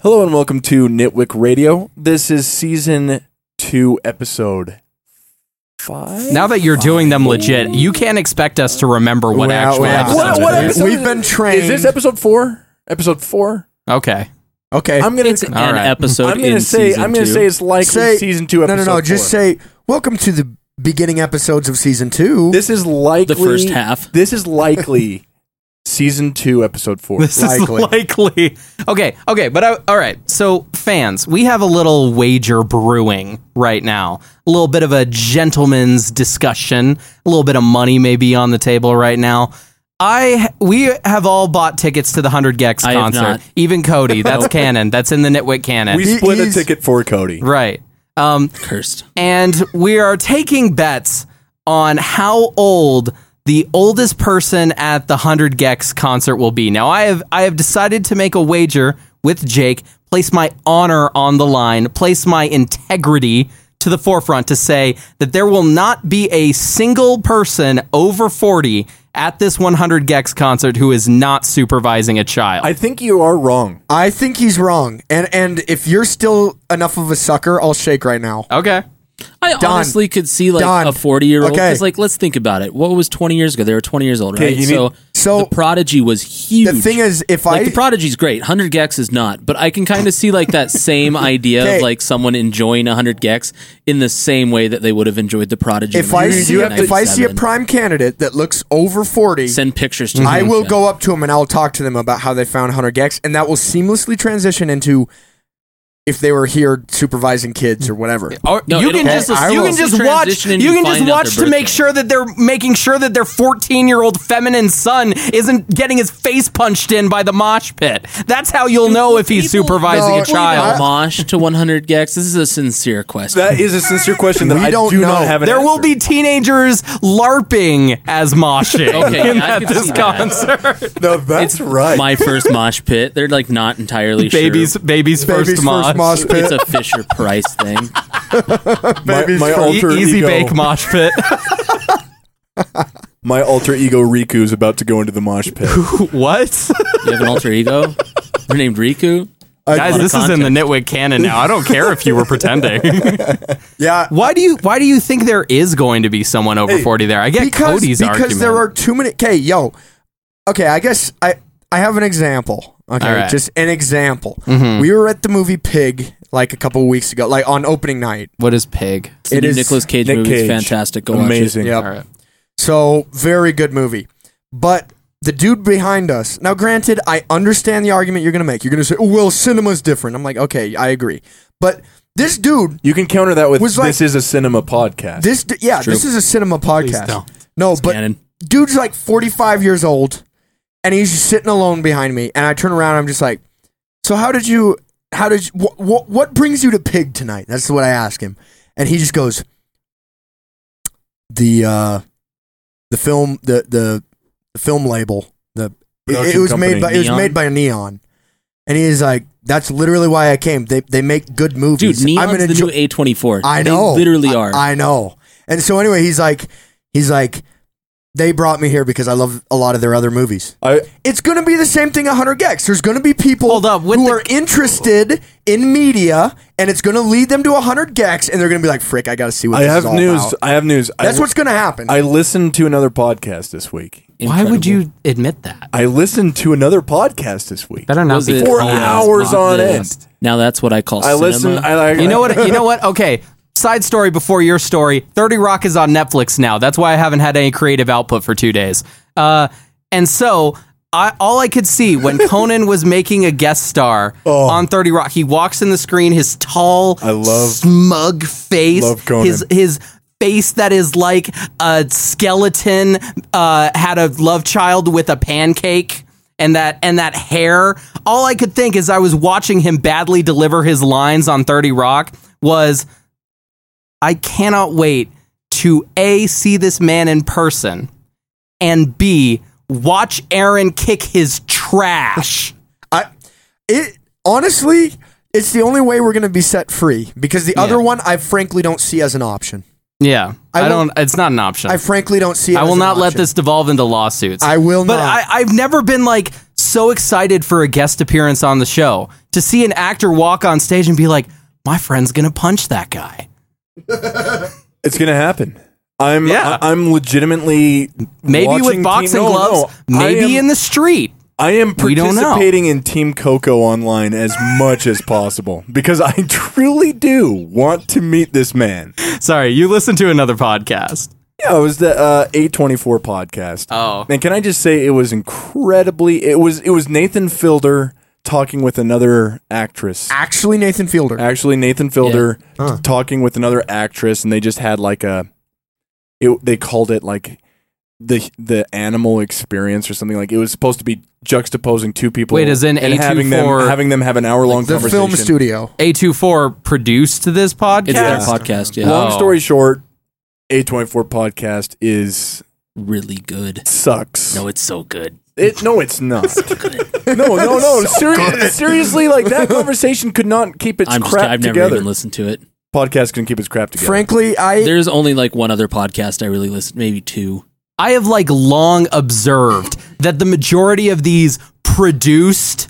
Hello and welcome to Nitwick Radio. This is season two, episode five. Now that you're doing them legit, you can't expect us to remember what Wow, actual wow. episodes What- what it is. episode- We've been trained. is this episode four? Episode four. Okay. okay? I'm gonna. It's an All right. episode. I'm gonna in say. season I'm gonna two. say it's likely Say- season two. no, Episode no, no. Just four. say welcome to the beginning episodes of season two. this is likely the first half. This is likely season two, episode four. This Likely. is likely. Okay, okay, but I, all right. So, fans, we have a little wager brewing right now. A little bit of a gentleman's discussion. A little bit of money maybe on the table right now. I we have all bought tickets to the 100 Gex I have concert. not. Even Cody, that's canon. That's in the Nitwit canon. we He- split a he's- ticket for Cody. right. Um Cursed. and we are taking bets on how old the oldest person at the 100 Gex concert will be. Now, I have I have decided to make a wager with Jake, place my honor on the line, place my integrity to the forefront to say that there will not be a single person over 40 at this 100 Gex concert who is not supervising a child. I think you are wrong. I think he's wrong, and and if you're still enough of a sucker, I'll shake right now. okay. I honestly could see like Done. a 40 year old. Okay. Because like, let's think about it. What was 20 years ago? They were 20 years old, right? you need- so, so- the Prodigy was huge. The thing is, if like I the Prodigy's great. 100 Gex is not, but I can kind of see like that same idea Okay. of like someone enjoying 100 Gex in the same way that they would have enjoyed the Prodigy. if when I they were see a, if I see a 97. prime candidate that looks over forty, send pictures to I him, will yeah. go up to him and I'll talk to them about how they found Hunter Gex, and that will seamlessly transition into if they were here supervising kids or whatever. Or No, you it'll- can just I you will- can just Transition watch you and you can find just out watch their to make birthday. sure that they're making sure that their 14 year old feminine son isn't getting his face punched in by the mosh pit. That's how you'll know if he's people- supervising No, a Wow, child. Mosh to 100 Gex. This is a sincere question. That is a sincere question that We I don't do not know. have. An There will answer. be teenagers larping as moshing Okay, in- I at could this see that. concert. No, that's right. my first mosh pit. They're like not entirely sure. Babies, babies, Baby's first mosh. mosh pit. It's a Fisher Price thing. my, baby's my first- E- alter easy ego, bake mosh pit. My alter ego Riku is about to go into the mosh pit. what? You have an alter ego. You're named Riku. Guys, this is in the Nitwit canon now. I don't care if you were pretending. yeah, Why do you why do you think there is going to be someone over Hey, 40 there? I get because Cody's because argument. there are too many. Okay, yo, okay. I guess I I have an example. Okay, All right. Mm-hmm. just an example. We were at the movie Pig like a couple weeks ago, like on opening night. what is pig? It's the It new is Nicolas Cage Nick movie. Cage. It's fantastic. Go watch Amazing. Yeah. Mm-hmm. All right. So very good movie, but. The dude behind us. Now, granted, I understand the argument you're going to make. You're going to say, oh, well, cinema's different. I'm like, okay, I agree. But this dude You can counter that with Was this like- is a cinema podcast. This, d- yeah, this is a cinema podcast. don't. No, but canon. dude's like 45 years old, and he's just sitting alone behind me. And I turn around, and I'm just like, "So how did you? How did you? Wh- wh- what brings you to Pig tonight?" That's what I ask him, and he just goes, "The uh, the film, the the, the film label, the it- it, Production was company. made by it was Neon? made by a neon." And he's like, "That's literally why I came. They they make good it. Dude, movies. Neon's I'm gonna the jo- new A24. I They know. literally I- are. I, know. And so anyway, he's like, he's like, they brought me here because I love a lot of their other movies. I, It's going to be the same thing at Hunter Gex. There's going to be people Hold up, with who the- are interested in media, and it's going to lead them to hundred Gex, and they're going to be like, "Frick, I got to see what I this have is all news. about." I have news. That's I, what's going to happen. I listened to another podcast this week. Why would you admit that? I listened to another podcast this week. Better not Was be it Four cold. Colin hours on Mosley? end. Now that's what I call. I cinema. listened. I, I, You know what? You know what? Okay. Side story before your story. 30 Rock is on Netflix now. That's why I haven't had any creative output for 2 days. Uh and so I, all I could see when Conan was making a guest star Oh. on 30 Rock, he walks in the screen, his tall, I love- smug face, love Conan. his his face that is like a skeleton uh, had a love child with a pancake and that and that hair all i could think as i was watching him badly deliver his lines on 30 rock was i cannot wait to a see this man in person and b watch aaron kick his trash I it honestly, it's the only way we're going to be set free because the other one I frankly don't see as an option. yeah I i, will- don't it's not an option I frankly don't see. It I as will an not let option. this devolve into lawsuits. I will but not. I, I've never been like so excited for a guest appearance on the show. to see an actor walk on stage and be like, my friend's going to punch that guy. It's gonna happen. I'm Yeah. I, am legitimately Maybe watching with boxing Team- no, gloves, no. I maybe am- in the street. I am We don't know. participating in Team Coco online as much as possible because I truly do want to meet this man. Sorry, you listen to another podcast. Yeah, it was the uh, A24 podcast. Oh. And can I just say it was incredibly it was it was Nathan Fielder talking with another actress. Actually, Nathan Fielder. Actually Nathan Fielder t- talking with another actress and they just had like a it, they called it like the the animal experience or something like it was supposed to be juxtaposing two people Wait, as in and having them A24 having them have an hour long the conversation. film studio. A24 produced this podcast. It's their podcast. Yeah, Well- Long Oh. story short, A24 podcast is Oh, really good. sucks. No, it's so good. It no, it's not. no, no, no. Seri- seriously, like that conversation could not keep its I'm just, crap I've never together. even listened to it. Podcast couldn't keep its crap together. Frankly, I There's only like one other podcast I really listen, maybe two. I have like long observed that the majority of these produced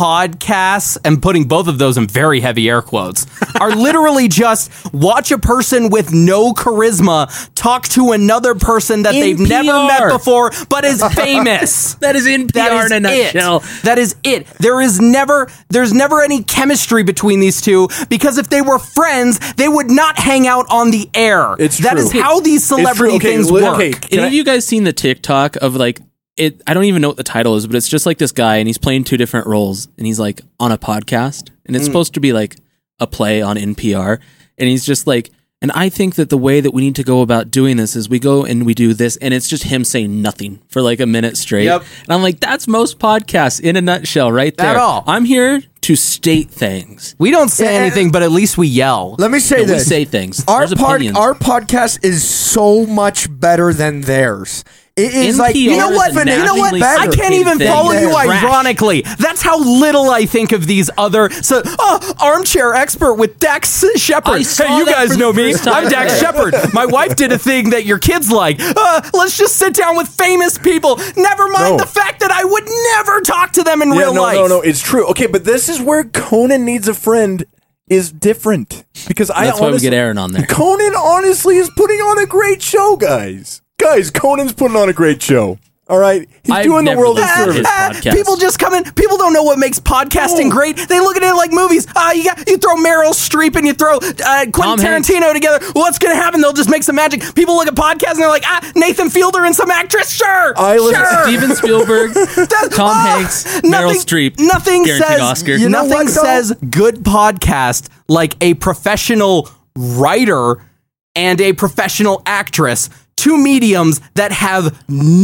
podcasts, and putting both of those in very heavy air quotes, are literally just watch a person with no charisma talk to another person that In they've never PR. met before but is famous. That is in PR That is in a it. nutshell. That is it. There is never there's never any chemistry between these two because if they were friends, they would not hang out on the air. It's That true. is how these true. celebrity Okay, things li- work. okay, Can Any I- of you guys seen the TikTok of like it? I don't even know what the title is, but it's just like this guy and he's playing two different roles and he's like on a podcast and it's supposed to be like a play on NPR and he's just like. And I think that the way that we need to go about doing this is we go and we do this, and it's just him saying nothing for like a minute straight. Yep. And I'm like, that's most podcasts in a nutshell, right there. all. I'm here to state things. We don't say Yeah, anything, but at least we yell. let me say We this. say things. our There's pod, opinions. our podcast is so much better than theirs. It is like NPR you know is what, a Vin- you know what, nationally better. I can't even Thing. follow you Trash. ironically. That's how little I think of these other so oh, armchair expert with Dax I Shepard. saw Hey, you that for guys the know me. first time I'm Dax today. Shepard. My wife did a thing that your kids like. Uh, let's just sit down with famous people. Never No. mind the fact that I would never talk to them in yeah, real no, life. no, no. It's true. Okay, but this is where Conan needs a friend is different because I That's why we honestly, get Aaron on there. Conan honestly is putting on a great show, guys. Guys, Conan's putting on a great show. All right, he's I've doing the never world a listened to service. his podcast. Oh. People just come in. People don't know what makes podcasting No. great. They look at it like movies. Ah, you got you throw Meryl Streep and you throw uh, Quentin Tom Hanks. Tarantino together. What's gonna happen? They'll just make some magic. People look at podcasts and they're like, ah, Nathan Fielder and some actress. Sure, I listen- sure. Steven Spielberg, That- Tom ah, Hanks, Meryl Streep, Nothing guaranteed says Oscar. You You know nothing what, though? says good podcast like a professional writer and a professional actress. Two mediums that have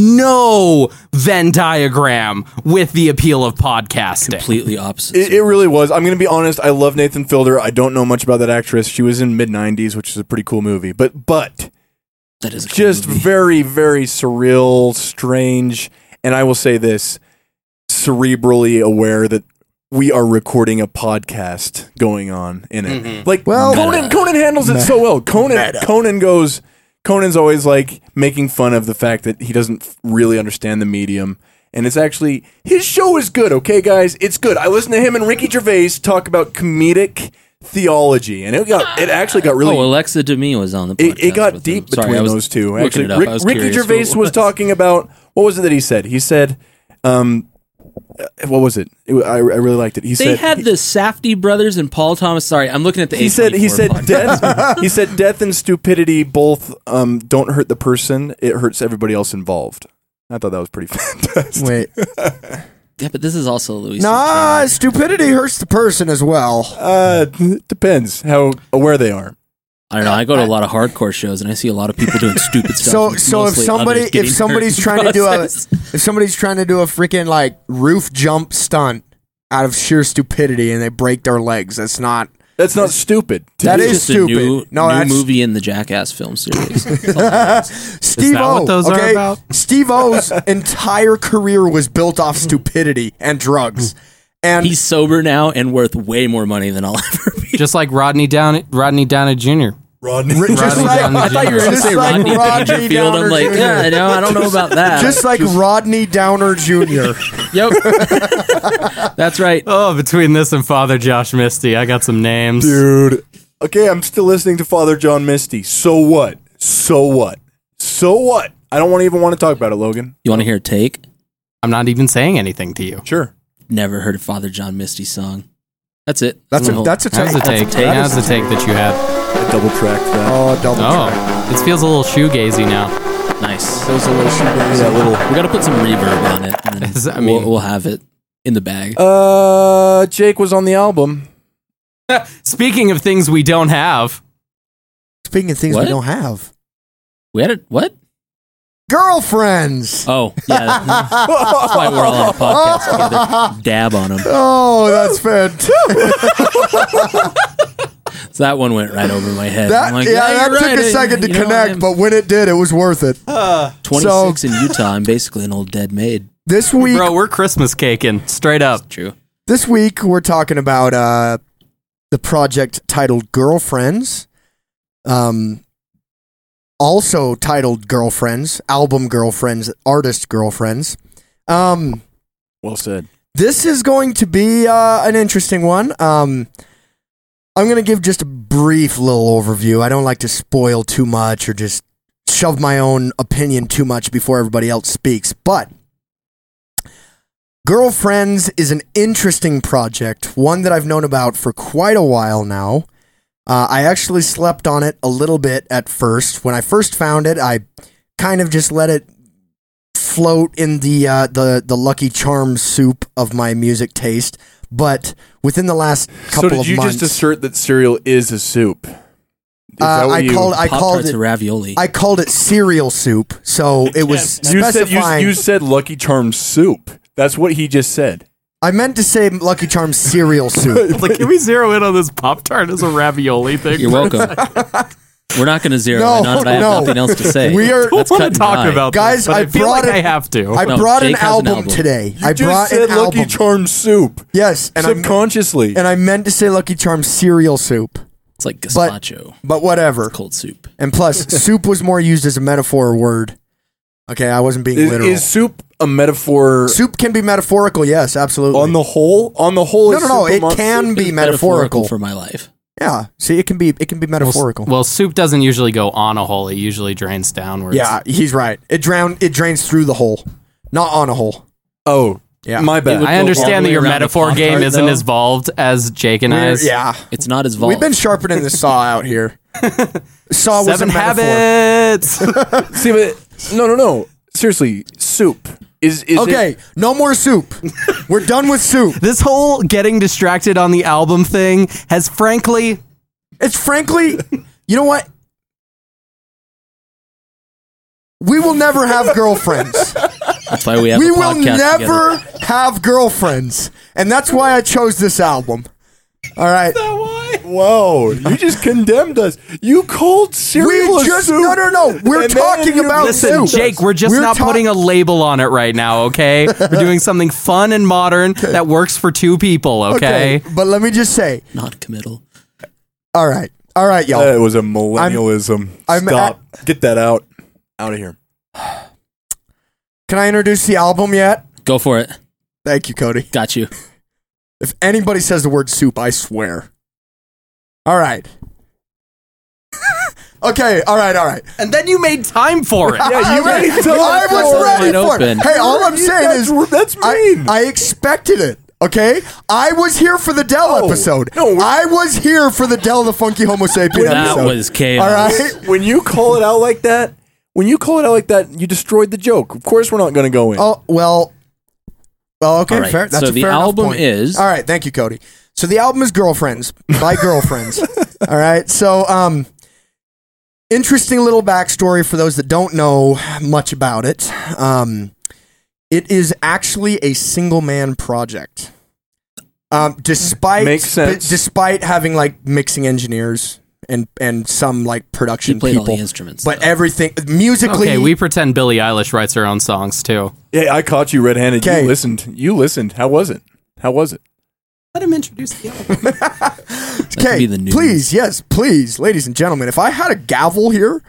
no Venn diagram with the appeal of podcasting. completely opposite. It, it really was. I'm going to be honest. I love Nathan Fielder. I don't know much about that actress. She was in mid '90s, which is a pretty cool movie. But but that is a cool just movie. very very surreal, strange, and I will say this: cerebrally aware that we are recording a podcast going on in it. Like Well- Conan, Conan handles it so well. Conan Conan goes. Conan's always like making fun of the fact that he doesn't f- really understand the medium. And it's actually his show is good, okay, guys. It's good. I listened to him and Ricky Gervais talk about comedic theology, and it got it actually got really Oh, Alexa Demi was on the. it, podcast it got with him. deep Sorry, between I was those two. looking Actually, it up. Rick- I was Ricky curious who Gervais it was. talking about what was it that he said? He said, um, uh, "What was it?" It wa- I, I really liked it. He They said had he, the Safdie brothers and Paul Thomas. Sorry, I'm looking at the. he said he A24 said podcast. death. he said death and stupidity both um, don't hurt the person; it hurts everybody else involved. I thought that was pretty fantastic. Wait, Yeah, but this is also Louis. nah, stupidity hurts the person as well. Uh, it depends how aware they are. I don't know. I go to a lot of hardcore shows and I see a lot of people doing stupid stuff. So and it's so if mostly somebody others if getting hurt somebody's in trying to do a process. if somebody's trying to do a freaking like roof jump stunt out of sheer stupidity and they break their legs, that's not That's not stupid. to That do. It's is just a stupid. new, No, new that's- movie in the Jackass film series. Steve O. what those are okay? about? Steve O's entire career was built off stupidity and drugs. And He's sober now and worth way more money than I'll ever be. Just like Rodney Down Rodney Downey Jr. Rodney. Ri- just Rodney like, Downey I thought you were Jr. going to say Rodney like E. Rodney Dangerfield. Downer I'm like, Jr. yeah, no, I don't know about that. just like Rodney Downer Jr. yep, that's right. Oh, between this and Father Josh Misty, I got some names. Dude. Okay, I'm still listening to Father John Misty. So what? So what? So what? I don't want to even want to talk about it, Logan. You want to hear a take? I'm not even saying anything to you. Sure. Never heard a Father John Misty song. That's it. That's a my whole- that's a take. That was a take. take. That was a take that you had. I double tracked that. Oh, double track. Oh, it feels a little shoegazy now. nice. Those are those shoegaze. that little. We got to put some reverb on it. And Is that- then I mean- we'll, we'll have it in the bag. Oh. Uh, Jake was on the album. Speaking of things we don't have, Speaking of things What? we don't have, we had it. What? girlfriends. Oh, yeah. that's why we're all on a podcast together. Dab on them. Oh, that's fantastic. So that one went right over my head. That, I'm like, yeah, that you're took right. a second to You know, connect, I'm but when it did, it was worth it. 26 in Utah. I'm basically an old dead maid. This week, bro, we're Christmas caking straight up. True. this week we're talking about uh, the project titled Girlfriends, um, also titled Girlfriends, album Girlfriends, artist Girlfriends. Um, Well said. this is going to be uh, an interesting one. Um, I'm going to give just a brief little overview. I don't like to spoil too much or just shove my own opinion too much before everybody else speaks. But Girlfriends is an interesting project, one that I've known about for quite a while now. Uh, I actually slept on it a little bit at first. When I first found it, I kind of just let it float in the uh, the the Lucky Charms soup of my music taste. But within the last So couple did of you months, just assert that cereal is a soup? Is uh, I called I Pop called tarts and it ravioli. I called it cereal soup. So it was you said you, specifying. you said Lucky Charms soup. That's what he just said. I meant to say Lucky Charms cereal soup. Like, can we zero in on this Pop Tart as a ravioli thing? You're welcome. We're not going to zero No, in on it. I have no. nothing else to say. We are- I Let's don't want cut to and talk dye. about Guys, this, but I, I feel brought like it- I have to. I No, brought an Jake has an album, album. today. You I just brought said an Lucky album. Charms soup yes, and I subconsciously. and I meant to say Lucky Charms cereal soup, It's like gazpacho, but whatever. cold soup. And plus, soup was more used as a metaphor word. Okay, I wasn't being is, literal. is soup a metaphor soup can be metaphorical. Yes, absolutely. on the whole? On the whole, no, is no, no. soup a It mon- can be It's metaphorical. for my life. yeah. See, it can be it can be metaphorical. Well, soup doesn't usually go on a hole; it usually drains downwards. yeah, he's right. It drown it drains through the hole, not on a hole. Oh, Yeah. my It bad. would- I go all understand the that way your around the metaphor Pop-Tart, game isn't though. as evolved as Jake and I's. Yeah. It's not as volatile. We've been sharpening the saw out here. saw was Seven a metaphor. habits. See, but no, no, no. Seriously, soup is is it- Okay, no more soup. We're done with soup. this whole getting distracted on the album thing has frankly It's frankly, you know what? We will never have girlfriends. That's why we have we a will podcast together. never have girlfriends. And that's why I chose this album. All right. Whoa! You just condemned us. You called cereal We a just soup. no no no. We're And then talking you- about listen, soup. Jake, we're just Oh, We're not ta- putting a label on it right now, okay? We're doing something fun and modern that works for two people, okay? But let me just say, Not committal. all right, all right, y'all. Uh, That was a millennialism. I'm Stop. Get that out. Out of here. Can I introduce the album yet? Go for it. Thank you, Cody. Got you. If anybody says the word soup, I swear. All right. okay, all right, all right. And then you made time for it. Yeah, you ready? I was ready Wide for open. it. Hey, all I'm saying that's, is that's I, mean. I expected it. Okay, I was here for the Dell No, episode. no, we're- I was here for the Dell the Funky Homo Sapien That episode. was chaos. all right. when you call it out like that, when you call it out like that, you destroyed the joke. Of course, we're not going to go in. Oh well. Well, okay, All right, fair. That's so a the fair enough album point. is- All right, thank you, Cody. So the album is Girlfriends by Girlfriends. All right, so um, interesting little backstory for those that don't know much about it. Um, it is actually a single man project. Um, despite Makes sense. despite having like mixing engineers and and some like She production played people, all the instruments. but though. everything musically. Okay, we pretend Billie Eilish writes her own songs too. yeah, I caught you red-handed. Okay. You listened. You listened. How was it? How was it? Let him introduce the elephant. could Okay, be the news. please, yes, please, ladies and gentlemen. If I had a gavel here,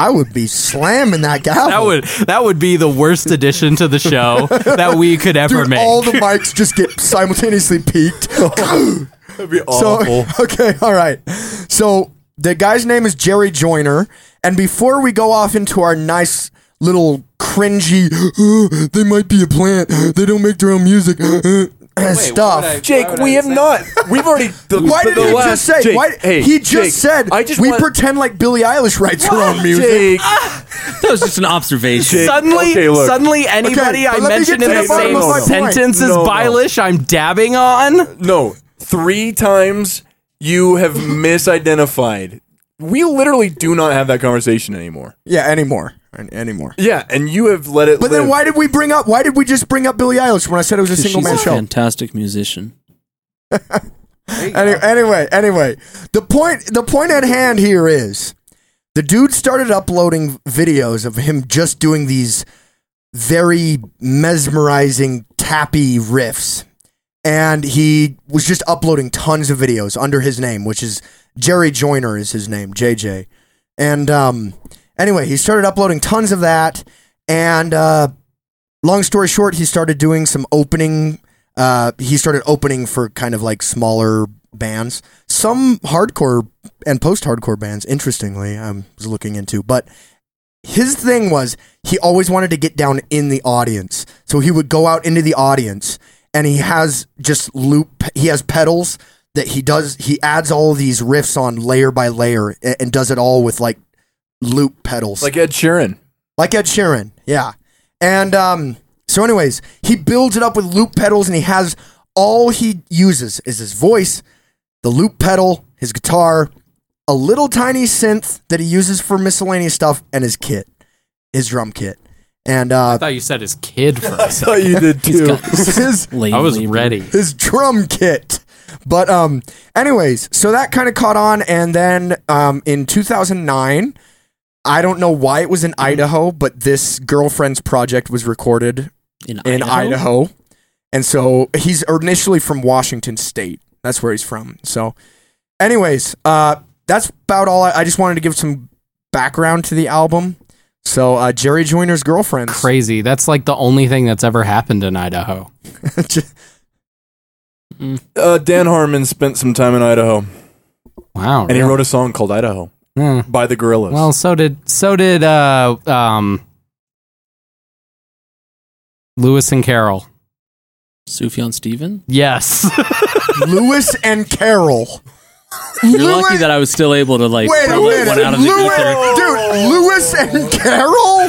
I would be slamming that gavel. That would that would be the worst addition to the show that we could ever Dude, make. all the mics just get simultaneously peaked. That'd be so okay, all right. So the guy's name is Jerry Joyner, and before we go off into our nice little cringy, "Oh, they might be a plant. They don't make their own music. stuff. Jake, we have not. We've already. The, Why the did he last- just say? Jake, why, hey, he just Jake, said. I just we want- pretend like Billie Eilish writes her own music. Jake, That was just an observation. Jake, Suddenly, okay, look. suddenly, anybody Okay, but I let me mention in get to the the bottom same of my point. sentence as No, no. Bilish, I'm dabbing on. no. Three times you have misidentified. We literally do not have that conversation anymore. Yeah, anymore, An- anymore. Yeah, and you have let it. But then why did we bring up? Why did we just bring up Billie Eilish when I said it was a She's single man a show? fantastic musician. Any, anyway, anyway, the point the point at hand here is the dude started uploading videos of him just doing these very mesmerizing tappy riffs, and he was just uploading tons of videos under his name, which is Jerry Joyner is his name, JJ. And um, anyway, he started uploading tons of that, and uh, long story short, he started doing some opening. Uh, he started opening for kind of like smaller bands, some hardcore and post-hardcore bands. Interestingly, I was looking into, but his thing was he always wanted to get down in the audience, so he would go out into the audience, and he has just loop. He has pedals that he does. He adds all these riffs on layer by layer, and, and does it all with like loop pedals Like Ed Sheeran. like Ed Sheeran. Yeah. And um, so, anyways, he builds it up with loop pedals, and he has all he uses is his voice, the loop pedal, his guitar, a little tiny synth that he uses for miscellaneous stuff, and his kit, his drum kit. And uh, thought you said his kid first. Oh, you did too. his Lane I was Laver. ready. his drum kit. But um, anyways, so that kind of caught on, and then um, in 2009, I don't know why it was in Idaho, but this girlfriend's project was recorded in, in Idaho, and so he's initially from Washington State. That's where he's from. So, anyways, uh, that's about all. I, I just wanted to give some background to the album. So uh, Jerry Joyner's girlfriend's Crazy. That's like the only thing that's ever happened in Idaho. Uh, Dan Harmon spent some time in Idaho, Wow. and he wrote a song called "Idaho" Hmm. by the Gorillas. Well, so did so did uh um Lewis and Carroll. Sufjan Steven. Yes. Lewis and Carol. You're lucky that I was still able to like Wait a pull minute, one out of the Lewis, ether. dude, Lewis and Carol.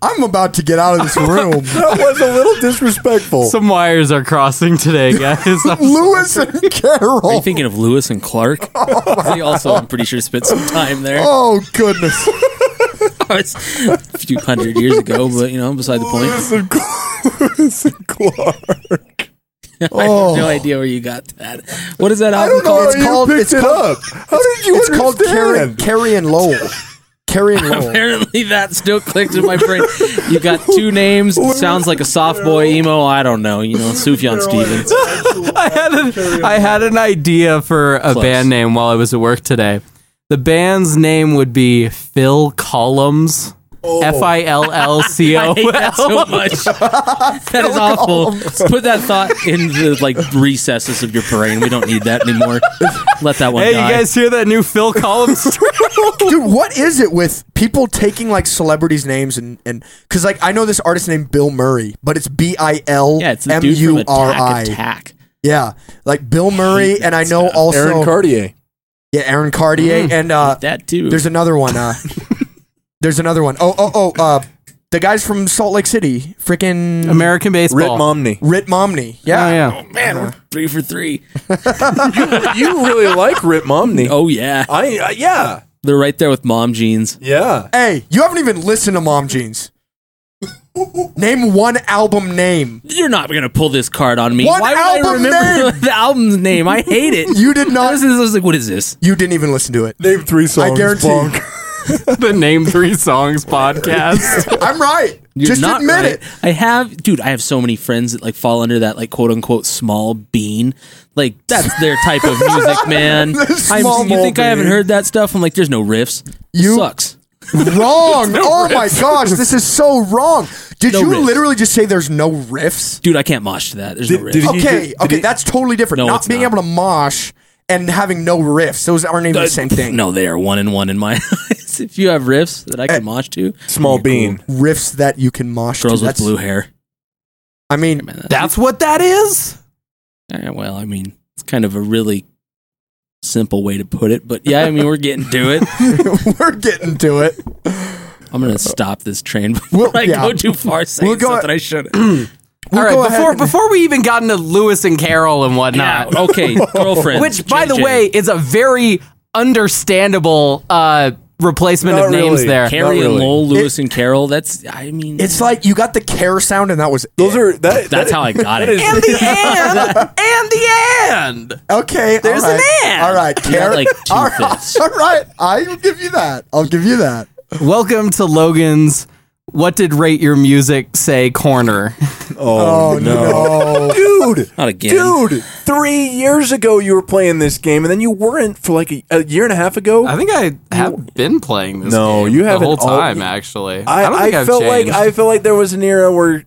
I'm about to get out of this room. that was a little disrespectful. Some wires are crossing today, guys. Lewis and Are you Carol. thinking of Lewis and Clark? they also, I'm pretty sure, spent some time there. Oh goodness. It's a few hundred years ago, but you know, beside the point. I have no idea where you got that. What is that album Oh. know. called? It's called- it's called- How did you? It's called Carrie, understand? Carrie and Lowell. Carrie and Lowell. Apparently, that still clicked in my brain. You got two names. Sounds like a soft boy emo. I don't know. You know, Sufjan Stevens. I had an, I had an idea for a Close. band name while I was at work today. The band's name would be Phil Columns. F I L L C O I hate that so L. much. that is awful. Put that thought in the like recesses of your brain. We don't need that anymore. Let that one Hey, you die. guys hear that new Phil Columns? Dude, what is it with people taking like celebrities' names and and because like I know this artist named Bill Murray, but it's B I L yeah, it's the M dude from U R Attack I. Attack. Yeah, like Bill Murray, and I know also Aaron Cartier. yeah Aaron Cartier and uh, Mm, That too. There's another one. Uh, there's another one. Oh, oh, oh. Uh, the guys from Salt Lake City, freaking American baseball. Rit Momney. Rit Momney. Oh, Yeah, yeah. Man, Uh-huh. we're three for three. You really like Rit Momney. Oh yeah, I uh, yeah they're right there with mom jeans. yeah. Hey, you haven't even listened to Mom Jeans. name one album name. You're not gonna pull this card on me. One Why would I album remember the album's name? I hate it. You did I was, not. I was like, what is this? You didn't even listen to it. Name three songs. guarantee. Bonk. The Name Three Songs podcast. I'm right. You're Just not admit right. it. I have, dude. I have so many friends that like fall under that like quote unquote small bean. Like that's their type of music, man. Small I'm, you think I haven't bean. heard that stuff? I'm like, there's no riffs. You- You sucks. wrong. oh my gosh, this is so wrong. Did No you riffs. literally just say there's no riffs? dude, I can't mosh to that. There's no Oh, Did- riff. did he- Okay, did okay, he- that's totally different. No, not it's being not. able to mosh and having no riffs, those aren't even the same thing. uh, No, they are one and one in my eyes. If you have riffs that Eh, I can mosh to, Small bean. Riffs that you can mosh. girls to. with That's, blue hair. I mean, Man, that- That's what that is. eh, well, I mean, it's kind of a really simple way to put it, but yeah, I mean, we're getting to it. we're getting to it. I'm gonna stop this train before We'll- I yeah. go too far saying We'll go- something I shouldn't. We'll All go right, ahead before and- before we even got into Lewis and Carol and Nah, whatnot, okay, girlfriend. which by the way is a very understandable uh, replacement Not of names really. there. Carrie Not and really. Lowell, Lewis and Carol. That's I mean, It's like you got the care sound and that was Those it. are that. that's how I got it. and the and and the and. okay. There's all an right. and. All right, You got, care. like two all, right, fifths. all right, I'll give you that. I'll give you that. Welcome to Logan's. What did rate your music say? Corner. Oh, no. dude. Not again. Dude, three years ago you were playing this game, and then you weren't for like a, a year and a half ago. I think I have been playing this. No, game you the haven't whole all- time. actually, I, don't I, think I've felt changed. like I felt like there was an era where,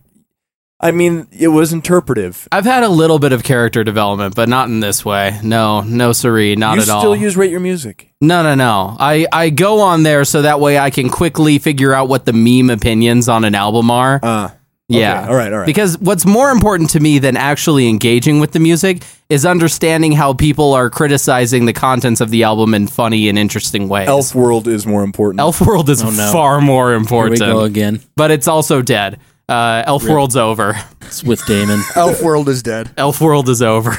I mean, it was interpretive. I've had a little bit of character development, but not in this way. No, no, siree, not you at still all. use rate your music. no, no, no. I, I go on there so that way I can quickly figure out what the meme opinions on an album are. Uh, yeah. all right, all right. Because what's more important to me than actually engaging with the music is understanding how people are criticizing the contents of the album in funny and interesting ways. Elf World is more important. Elf World is Oh, no. far more Here we go important, again. but it's also dead. Uh, Elf World's over. It's with Damon. Elf world is dead. Elf World is over.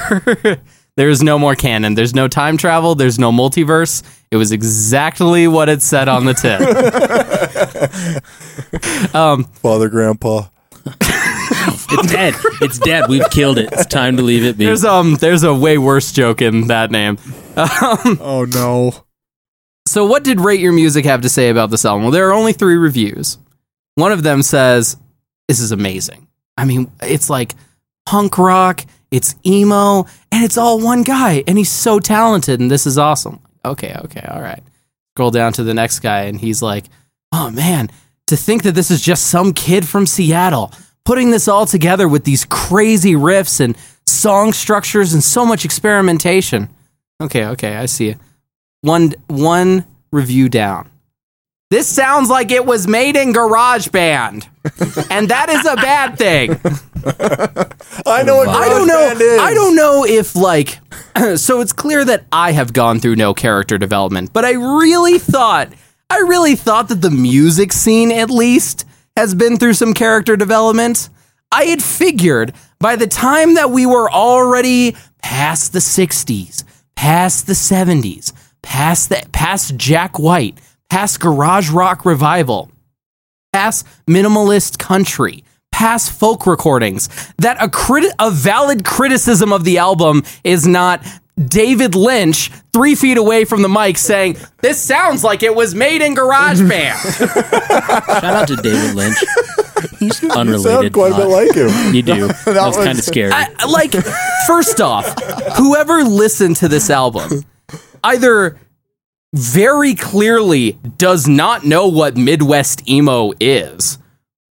there is no more canon. There's no time travel. There's no multiverse. It was exactly what it said on the tip. Father, Grandpa. It's dead. It's dead. We've killed it. It's time to leave it be. there's um, there's a way worse joke in that name. Oh no. So, what did Rate Your Music have to say about this album? Well, there are only three reviews. One of them says, This is amazing. I mean, it's like punk rock, it's emo, and it's all one guy, and he's so talented, and this is awesome. Okay, okay, all right. Scroll down to the next guy, and he's like, Oh man, to think that this is just some kid from Seattle putting this all together with these crazy riffs and song structures and so much experimentation. Okay, okay, I see it one one review down. This sounds like it was made in GarageBand, and that is a bad thing. I know what I don't GarageBand know. is. I don't know if like. so it's clear that I have gone through no character development, but I really thought, I really thought that the music scene at least has been through some character development. I had figured by the time that we were already past the '60s, past the '70s, past the past Jack White, past garage rock revival pass minimalist country, pass folk recordings, that a, criti- a valid criticism of the album is not David Lynch three feet away from the mic saying, This sounds like it was made in GarageBand. Shout out to David Lynch. You sound Unrelated. quite a bit not- like him. You do. That, was was- kind of scary. I- like, first off, whoever listened to this album either very clearly does not know what Midwest emo is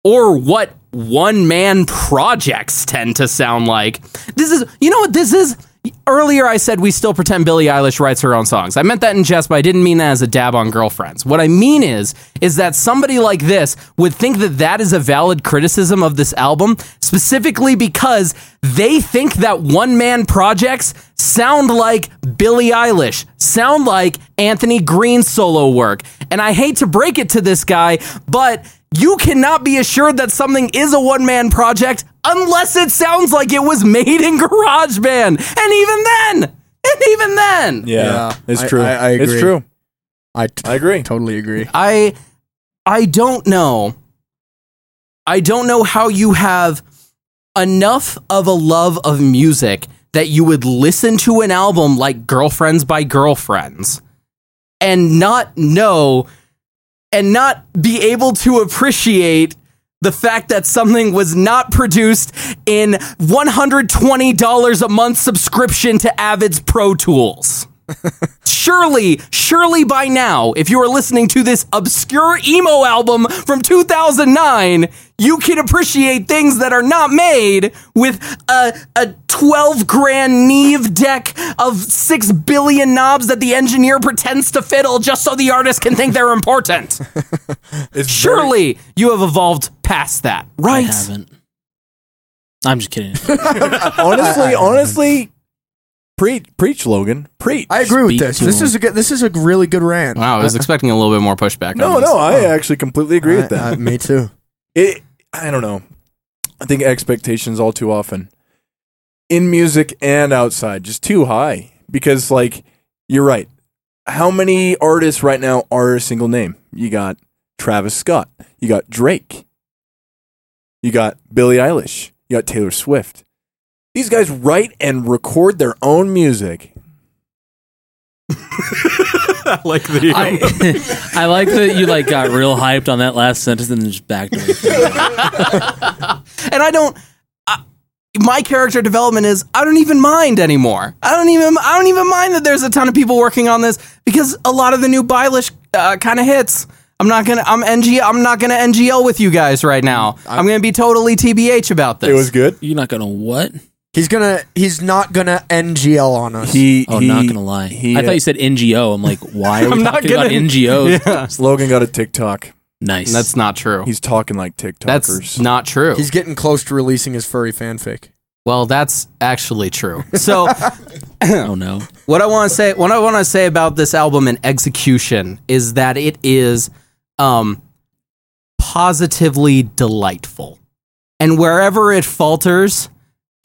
or what one man projects tend to sound like. This is, you know what this is? Earlier, I said we still pretend Billie Eilish writes her own songs. I meant that in jest, but I didn't mean that as a dab on girlfriends. What I mean is, is that somebody like this would think that that is a valid criticism of this album, specifically because they think that one man projects sound like Billie Eilish, sound like Anthony Green's solo work. And I hate to break it to this guy, but you cannot be assured that something is a one man project unless it sounds like it was made in GarageBand. And even then, and even then, Yeah, Yeah, it's I- true. I- I It's agree. true. I, t- I agree. totally agree. I I don't know. I don't know how you have enough of a love of music that you would listen to an album like Girlfriends by Girlfriends and not know and not be able to appreciate the fact that something was not produced in $120 a month subscription to Avid's Pro Tools. surely, surely by now, if you are listening to this obscure emo album from 2009, you can appreciate things that are not made with a, a 12 grand Neve deck of 6 billion knobs that the engineer pretends to fiddle just so the artist can think they're important. It's very- Surely you have evolved past that, I right? haven't. I'm just kidding. honestly, honestly, preach, preach, Logan, preach. I agree with Speak this. to This him. is a good, this is a really good rant. Wow, I was expecting a little bit more pushback. no, on this. no, I actually completely agree with that. I- I- me too. it i don't know i think expectations all too often in music and outside just too high because like you're right how many artists right now are a single name you got travis scott you got drake you got billie eilish you got taylor swift these guys write and record their own music like the I, I like that you like got real hyped on that last sentence and then just backed away. from it. and I don't. I, my character development is I don't even mind anymore. I don't even I don't even mind that there's a ton of people working on this because a lot of the new Bilish uh, kind of hits. I'm not gonna I'm ng I'm not gonna ngl with you guys right now. I'm, gonna be totally tbh about this. it was good You're not gonna what? He's gonna. He's not gonna NGL on us. he Oh, he- not gonna lie. he, uh, I thought you said NGO. I'm like, why are we I'm not talking about gonna- NGOs? Yeah. logan got a tiktok Nice. That's not true. he's talking like tiktokers That's not true. he's getting close to releasing his furry fanfic. Well, that's actually true. So oh no. what I want to say, what I want to say about this album and execution is that it is um, positively delightful, and wherever it falters,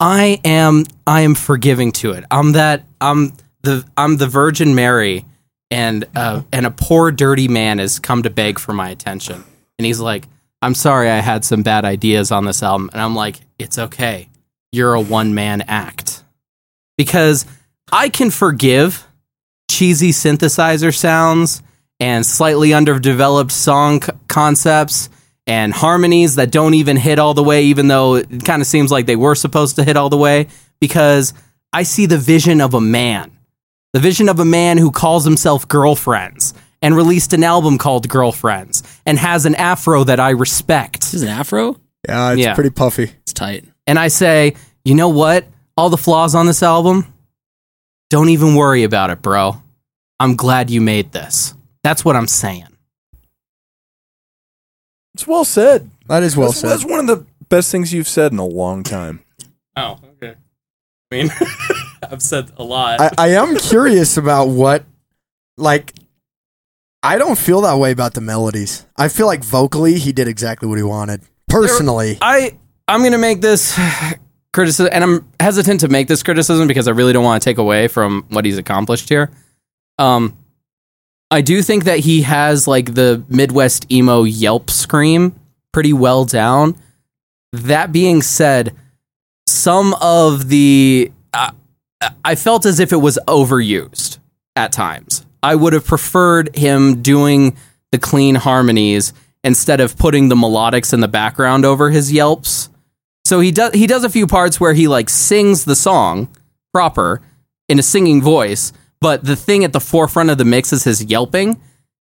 I am I am forgiving to it. I'm that I'm the I'm the Virgin Mary, and uh, and a poor dirty man has come to beg for my attention, and he's like, "I'm sorry, I had some bad ideas on this album," and I'm like, "It's okay, you're a one man act," because I can forgive cheesy synthesizer sounds and slightly underdeveloped song c- concepts and harmonies that don't even hit all the way, even though it kind of seems like they were supposed to hit all the way, because I see the vision of a man. The vision of a man who calls himself Girlfriends and released an album called Girlfriends and has an afro that I respect. This is an afro? Yeah, it's Yeah. pretty puffy. It's tight. and I say, you know what? All the flaws on this album, don't even worry about it, bro. I'm glad you made this. That's what I'm saying. it's well said That is well that's, said. that's one of the best things you've said in a long time. Oh, okay. I mean, I've said a lot. I, I am curious about what, like, I don't feel that way about the melodies. I feel like vocally he did exactly what he wanted. Personally, I I'm gonna make this criticism, and I'm hesitant to make this criticism because I really don't want to take away from what he's accomplished here. Um, I do think that he has like the Midwest emo yelp scream pretty well down. That being said, some of the uh, I felt as if it was overused at times. I would have preferred him doing the clean harmonies instead of putting the melodics in the background over his yelps. So he does he does a few parts where he like sings the song proper in a singing voice, but the thing at the forefront of the mix is his yelping.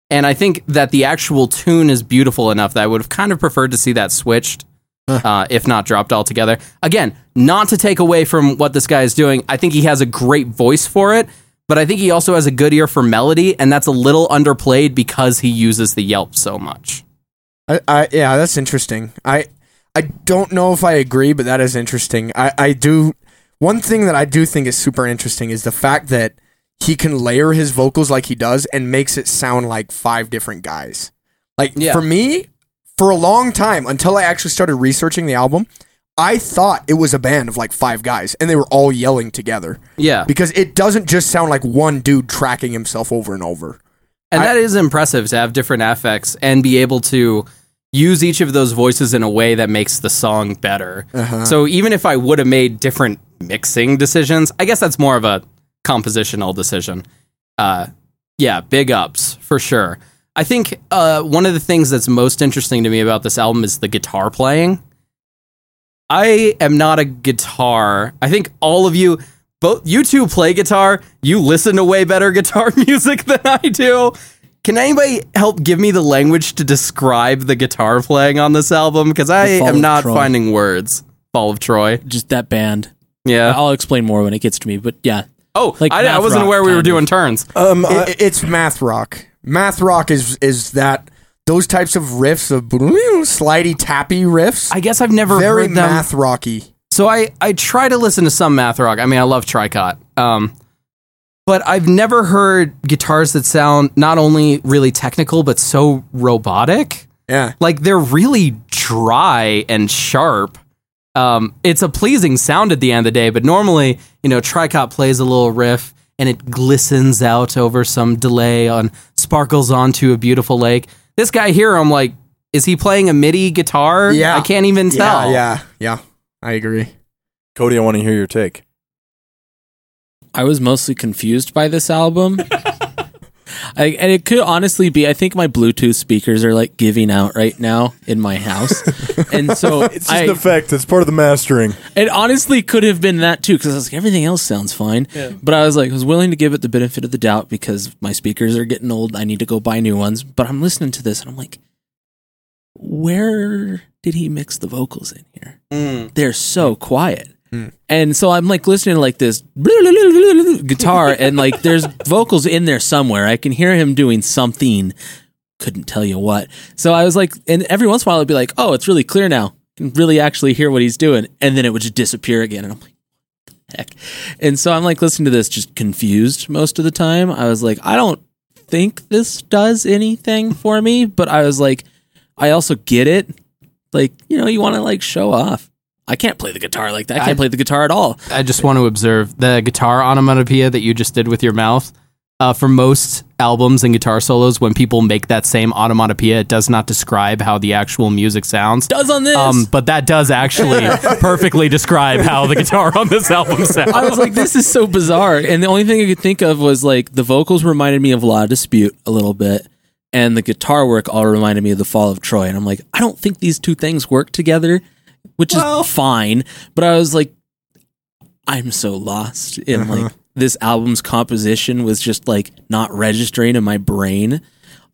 And I think that the actual tune is beautiful enough that I would have kind of preferred to see that switched, uh, if not dropped altogether. Again, not to take away from what this guy is doing. I think he has a great voice for it, but I think he also has a good ear for melody, and that's a little underplayed because he uses the yelp so much. I, I yeah, that's interesting. I I don't know if I agree, but that is interesting. I I do one thing that I do think is super interesting is the fact that he can layer his vocals like he does and makes it sound like five different guys. Like Yeah. for me, for a long time until I actually started researching the album, I thought it was a band of like five guys and they were all yelling together Yeah. because it doesn't just sound like one dude tracking himself over and over. And I- that is impressive to have different affects and be able to use each of those voices in a way that makes the song better. So even if I would have made different mixing decisions, I guess that's more of a compositional decision. Uh, yeah, big ups for sure. I think uh, one of the things that's most interesting to me about this album is the guitar playing. I am not a guitar. I think all of you, both you two play guitar. You listen to way better guitar music than I do. Can anybody help give me the language to describe the guitar playing on this album? Because I The Fall am of not Troy. finding words. Fall of Troy. Just that band. Yeah. I'll explain more when it gets to me, but yeah. Oh, Like I, I math wasn't rock aware we kind were of. doing turns. Um, I- I- it's math rock. Math rock is is that those types of riffs, the slidey tappy riffs, I guess I've never very heard them. math rocky. So I I try to listen to some math rock. I mean, I love Tricot. Um, but I've never heard guitars that sound not only really technical but so robotic. Yeah, Like they're really dry and sharp. Um, it's a pleasing sound at the end of the day, but normally, you know, Tricot plays a little riff and it glistens out over some delay on sparkles onto a beautiful lake. This guy here, I'm like, is he playing a MIDI guitar? Yeah. I can't even tell. yeah, yeah, yeah. I agree. Cody, I want to hear your take. I was mostly confused by this album. I, and it could honestly be, I think my Bluetooth speakers are like giving out right now in my house. and so It's just I, an effect. It's part of the mastering. it honestly could have been that too, because I was like, everything else sounds fine. But I was like, I was willing to give it the benefit of the doubt because my speakers are getting old. I need to go buy new ones. But I'm listening to this and I'm like, where did he mix the vocals in here? They're so quiet. And so I'm like listening to like this guitar and like there's vocals in there somewhere. I can hear him doing something. Couldn't tell you what. So I was like, and every once in a while I'd be like, oh, it's really clear now. Can really actually hear what he's doing. And then it would just disappear again. And I'm like, heck. And so I'm like listening to this just confused most of the time. I was like, I don't think this does anything for me, but I was like, I also get it. Like, you know, you want to like show off. I can't play the guitar like that. I can't play the guitar at all. I just want to observe the guitar onomatopoeia that you just did with your mouth. Uh, for most albums and guitar solos, when people make that same onomatopoeia, it does not describe how the actual music sounds. Does on this. Um, but that does actually perfectly describe how the guitar on this album sounds. I was like, this is so bizarre. And the only thing I could think of was like the vocals reminded me of Law of Dispute a little bit, and the guitar work all reminded me of The Fall of Troy. And I'm like, I don't think these two things work together, which is fine. But I was like, I'm so lost in Uh-huh. like this album's composition was just like not registering in my brain.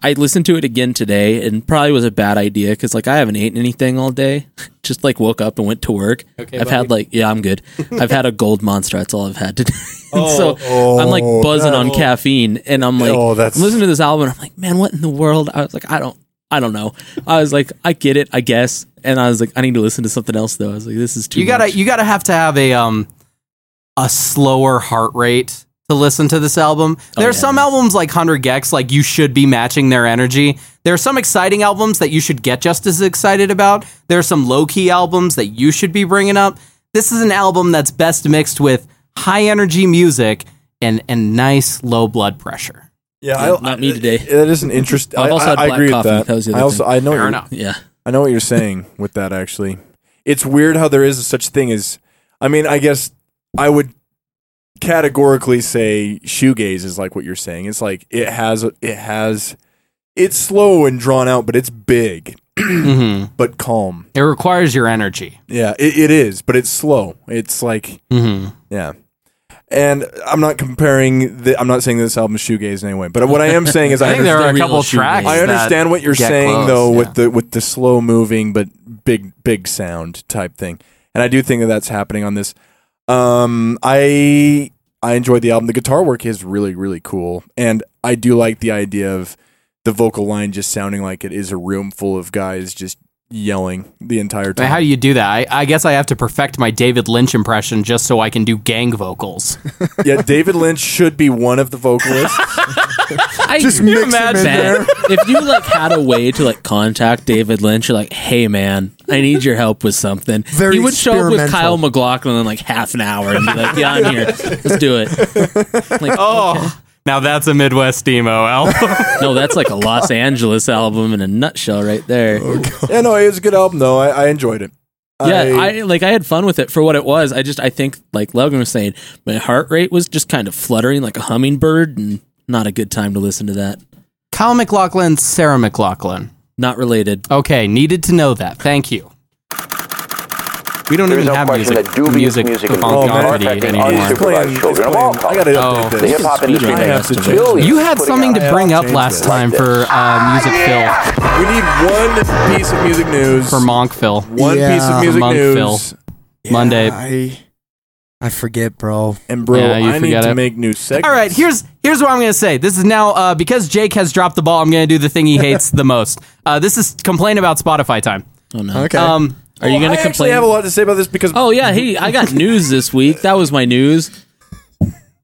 I listened to it again today and probably was a bad idea because like I haven't eaten anything all day. just like woke up and went to work. Okay, I've had like yeah, I'm good. I've had a gold monster. That's all I've had today. and so I'm like Oh, buzzing that- on caffeine and I'm like Oh, that's- I'm listening to this album and I'm like, man, what in the world? I was like, I don't I don't know. I was like, I get it, I guess. And I was like, I need to listen to something else though. I was like, this is too You gotta much. you gotta have to have a um a slower heart rate to listen to this album. There are Oh, yeah. some albums like Hundred Gex, like you should be matching their energy. There are some exciting albums that you should get just as excited about. There are some low key albums that you should be bringing up. This is an album that's best mixed with high energy music and and nice low blood pressure. Yeah, not me today. That is an interesting. I, I've also I- had I black agree coffee. with that. That was the other I also thing. I know uh, Fair you're- enough. yeah. I know what you're saying with that. Actually, it's weird how there is such thing as. I mean, I guess I would categorically say shoegaze is like what you're saying. It's like it has it has it's slow and drawn out, but it's big hmm but calm. It requires your energy. Yeah, it, it is, but it's slow. It's like Mm-hmm. hmm yeah. And I'm not comparing. The, I'm not saying this album is shoegaze in any way, but what I am saying is I, I think there understand- are the a real couple shoe tracks. I that understand what you're get saying close, though yeah. with the with the slow moving but big big sound type thing, and I do think that that's happening on this. Um, I I enjoyed the album. The guitar work is really really cool, and I do like the idea of the vocal line just sounding like it is a room full of guys just yelling the entire But time. How do you do that? I, I guess I have to perfect my David Lynch impression just so I can do gang vocals. yeah, David Lynch should be one of the vocalists. I Just mix 'em in there. if you like had a way to like contact David Lynch, you're like, hey man, I need your help with something. Very he would show up with experimental. Kyle McLaughlin in like half an hour and be like, yeah, I'm here. Let's do it. Like, Oh, now that's a Midwest emo album. no, that's like a Los Angeles album in a nutshell right there. Oh, yeah, no, it was a good album though. I, I enjoyed it. Yeah, I, like I had fun with it for what it was. I just I think like Logan was saying, my heart rate was just kind of fluttering like a hummingbird and not a good time to listen to that. Kyle McLaughlin, Sarah McLaughlin. Not related. Okay, needed to know that. Thank you. We don't There is even no have question music. that dubious music, music of is Bon wrong Jovi for affecting Oh, Unsupervised it's playing. It's children of playing. all I gotta colors. update Oh. this. The hip hop I industry speedrunning have to festival. do. really You is had putting something out to I bring will up change last this. time for Ah, uh, music Phil We need one piece of music news. for Monk Phil. One Yeah. piece of music Monk news. Monday. I, I forget, bro. And bro, Yeah, you I need forgot to it. make new segments. All right, here's here's what I'm gonna say. This is now uh, because Jake has dropped the ball. I'm gonna do the thing he hates the most. Uh, this is complain about Spotify time. Oh no. Okay. Um, Are you Well, going I to actually complain? have a lot to say about this because oh yeah. Hey, I got news this week. That was my news.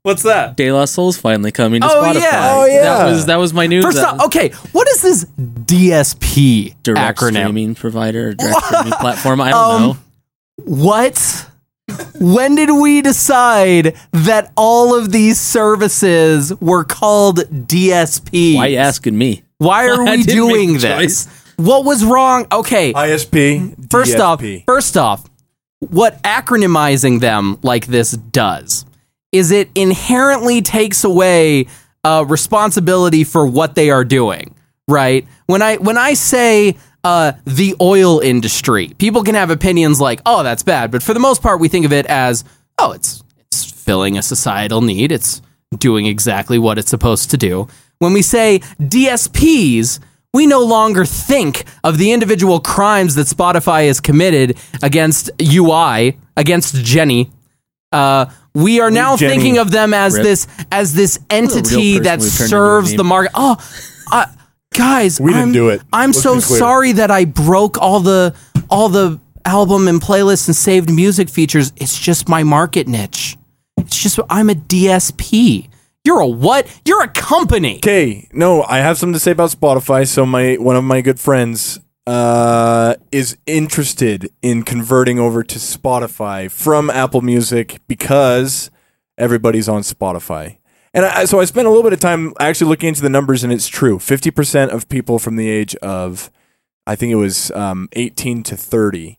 what's that? De La Soul's finally coming to Oh, Spotify. yeah. Oh, yeah. That was that was my news. First That off, okay, what is this DSP direct acronym? streaming provider, or direct streaming platform. I don't know. What? when did we decide that all of these services were called DSP? Why are you asking me? Why are we I didn't doing make a this? What was wrong? Okay, ISP. first off, DSP. first off, what acronymizing them like this does is it inherently takes away uh, responsibility for what they are doing. Right when I when I say uh, the oil industry, people can have opinions like, "Oh, that's bad," but for the most part, we think of it as, "Oh, it's it's filling a societal need. It's doing exactly what it's supposed to do." When we say DSPs, we no longer think of the individual crimes that Spotify has committed against UI, against Jenny. Uh, we are now Jenny. thinking of them as this as this entity person that we've turned into a serves meme. the market. Oh, uh, guys, We didn't I'm, do it. I'm Let's so be clear. sorry that I broke all the all the album and playlists and saved music features. It's just my market niche. It's just I'm a DSP. You're a what? You're a company. Okay, no, I have something to say about Spotify. So my one of my good friends uh, is interested in converting over to Spotify from Apple Music because everybody's on Spotify. And I, so I spent a little bit of time actually looking into the numbers, and it's true. Fifty percent of people from the age of, I think it was um, eighteen to thirty,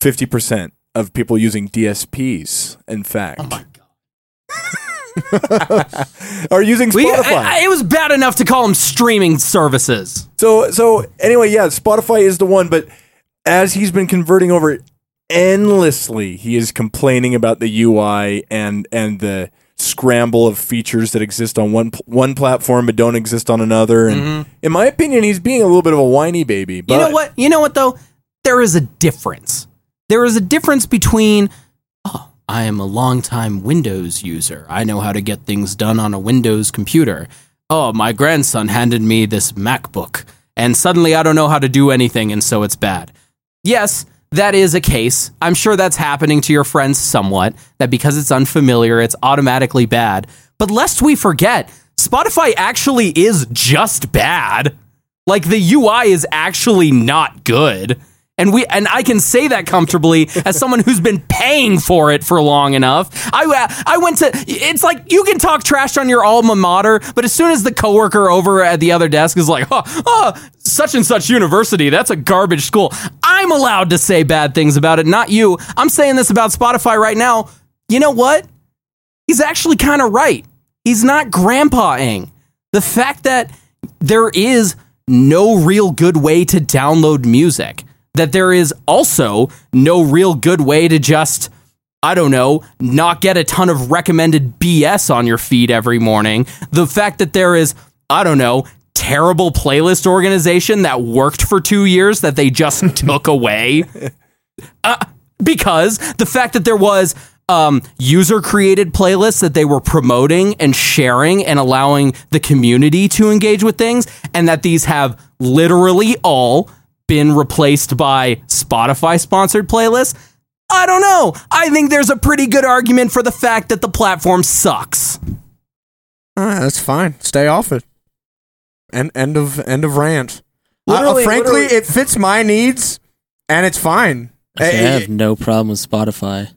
fifty percent of people using DSPs. In fact, are using Spotify. We- I- I- it was bad enough to call them streaming services. So so anyway, yeah, Spotify is the one, but as he's been converting over endlessly, he is complaining about the UI and and the scramble of features that exist on one pl- one platform but don't exist on another. And in my opinion, he's being a little bit of a whiny baby. But Mm-hmm. you know what? You know what though? There is a difference. There is a difference between oh, I am a longtime Windows user. I know how to get things done on a Windows computer. Oh, my grandson handed me this MacBook and suddenly I don't know how to do anything and so it's bad. Yes, that is a case. I'm sure that's happening to your friends somewhat, that because it's unfamiliar, it's automatically bad. But lest we forget, Spotify actually is just bad. Like the UI is actually not good. And we and I can say that comfortably as someone who's been paying for it for long enough. I I went to it's like you can talk trash on your alma mater, but as soon as the coworker over at the other desk is like, "Oh, oh such and such university, that's a garbage school." I'm allowed to say bad things about it, not you. I'm saying this about Spotify right now. You know what? he's actually kind of right. He's not grandpaing. The fact that there is no real good way to download music, that there is also no real good way to just, I don't know, not get a ton of recommended BS on your feed every morning, the fact that there is, I don't know, terrible playlist organization that worked for two years that they just took away because the fact that there was um, user created playlists that they were promoting and sharing and allowing the community to engage with things, and that these have literally all been replaced by Spotify sponsored playlists. I don't know. I think there's a pretty good argument for the fact that the platform sucks. All right, that's fine. Stay off it. End end of end of rant. Uh, uh, Literally- frankly, literally- it fits my needs, and it's fine. I Eh, eh, have no problem with Spotify.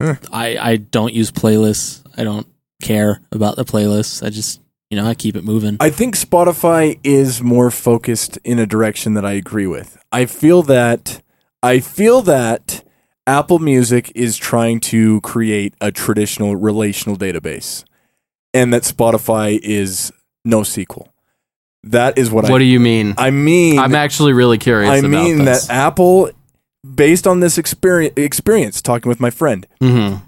Huh. I I don't use playlists. I don't care about the playlists. I just you know I keep it moving. I think Spotify is more focused in a direction that I agree with. I feel that I feel that Apple Music is trying to create a traditional relational database and that Spotify is no sequel. That is what, What I do you mean? I mean I'm actually really curious. I about mean this. that Apple based on this experience experience talking with my friend, Mhm.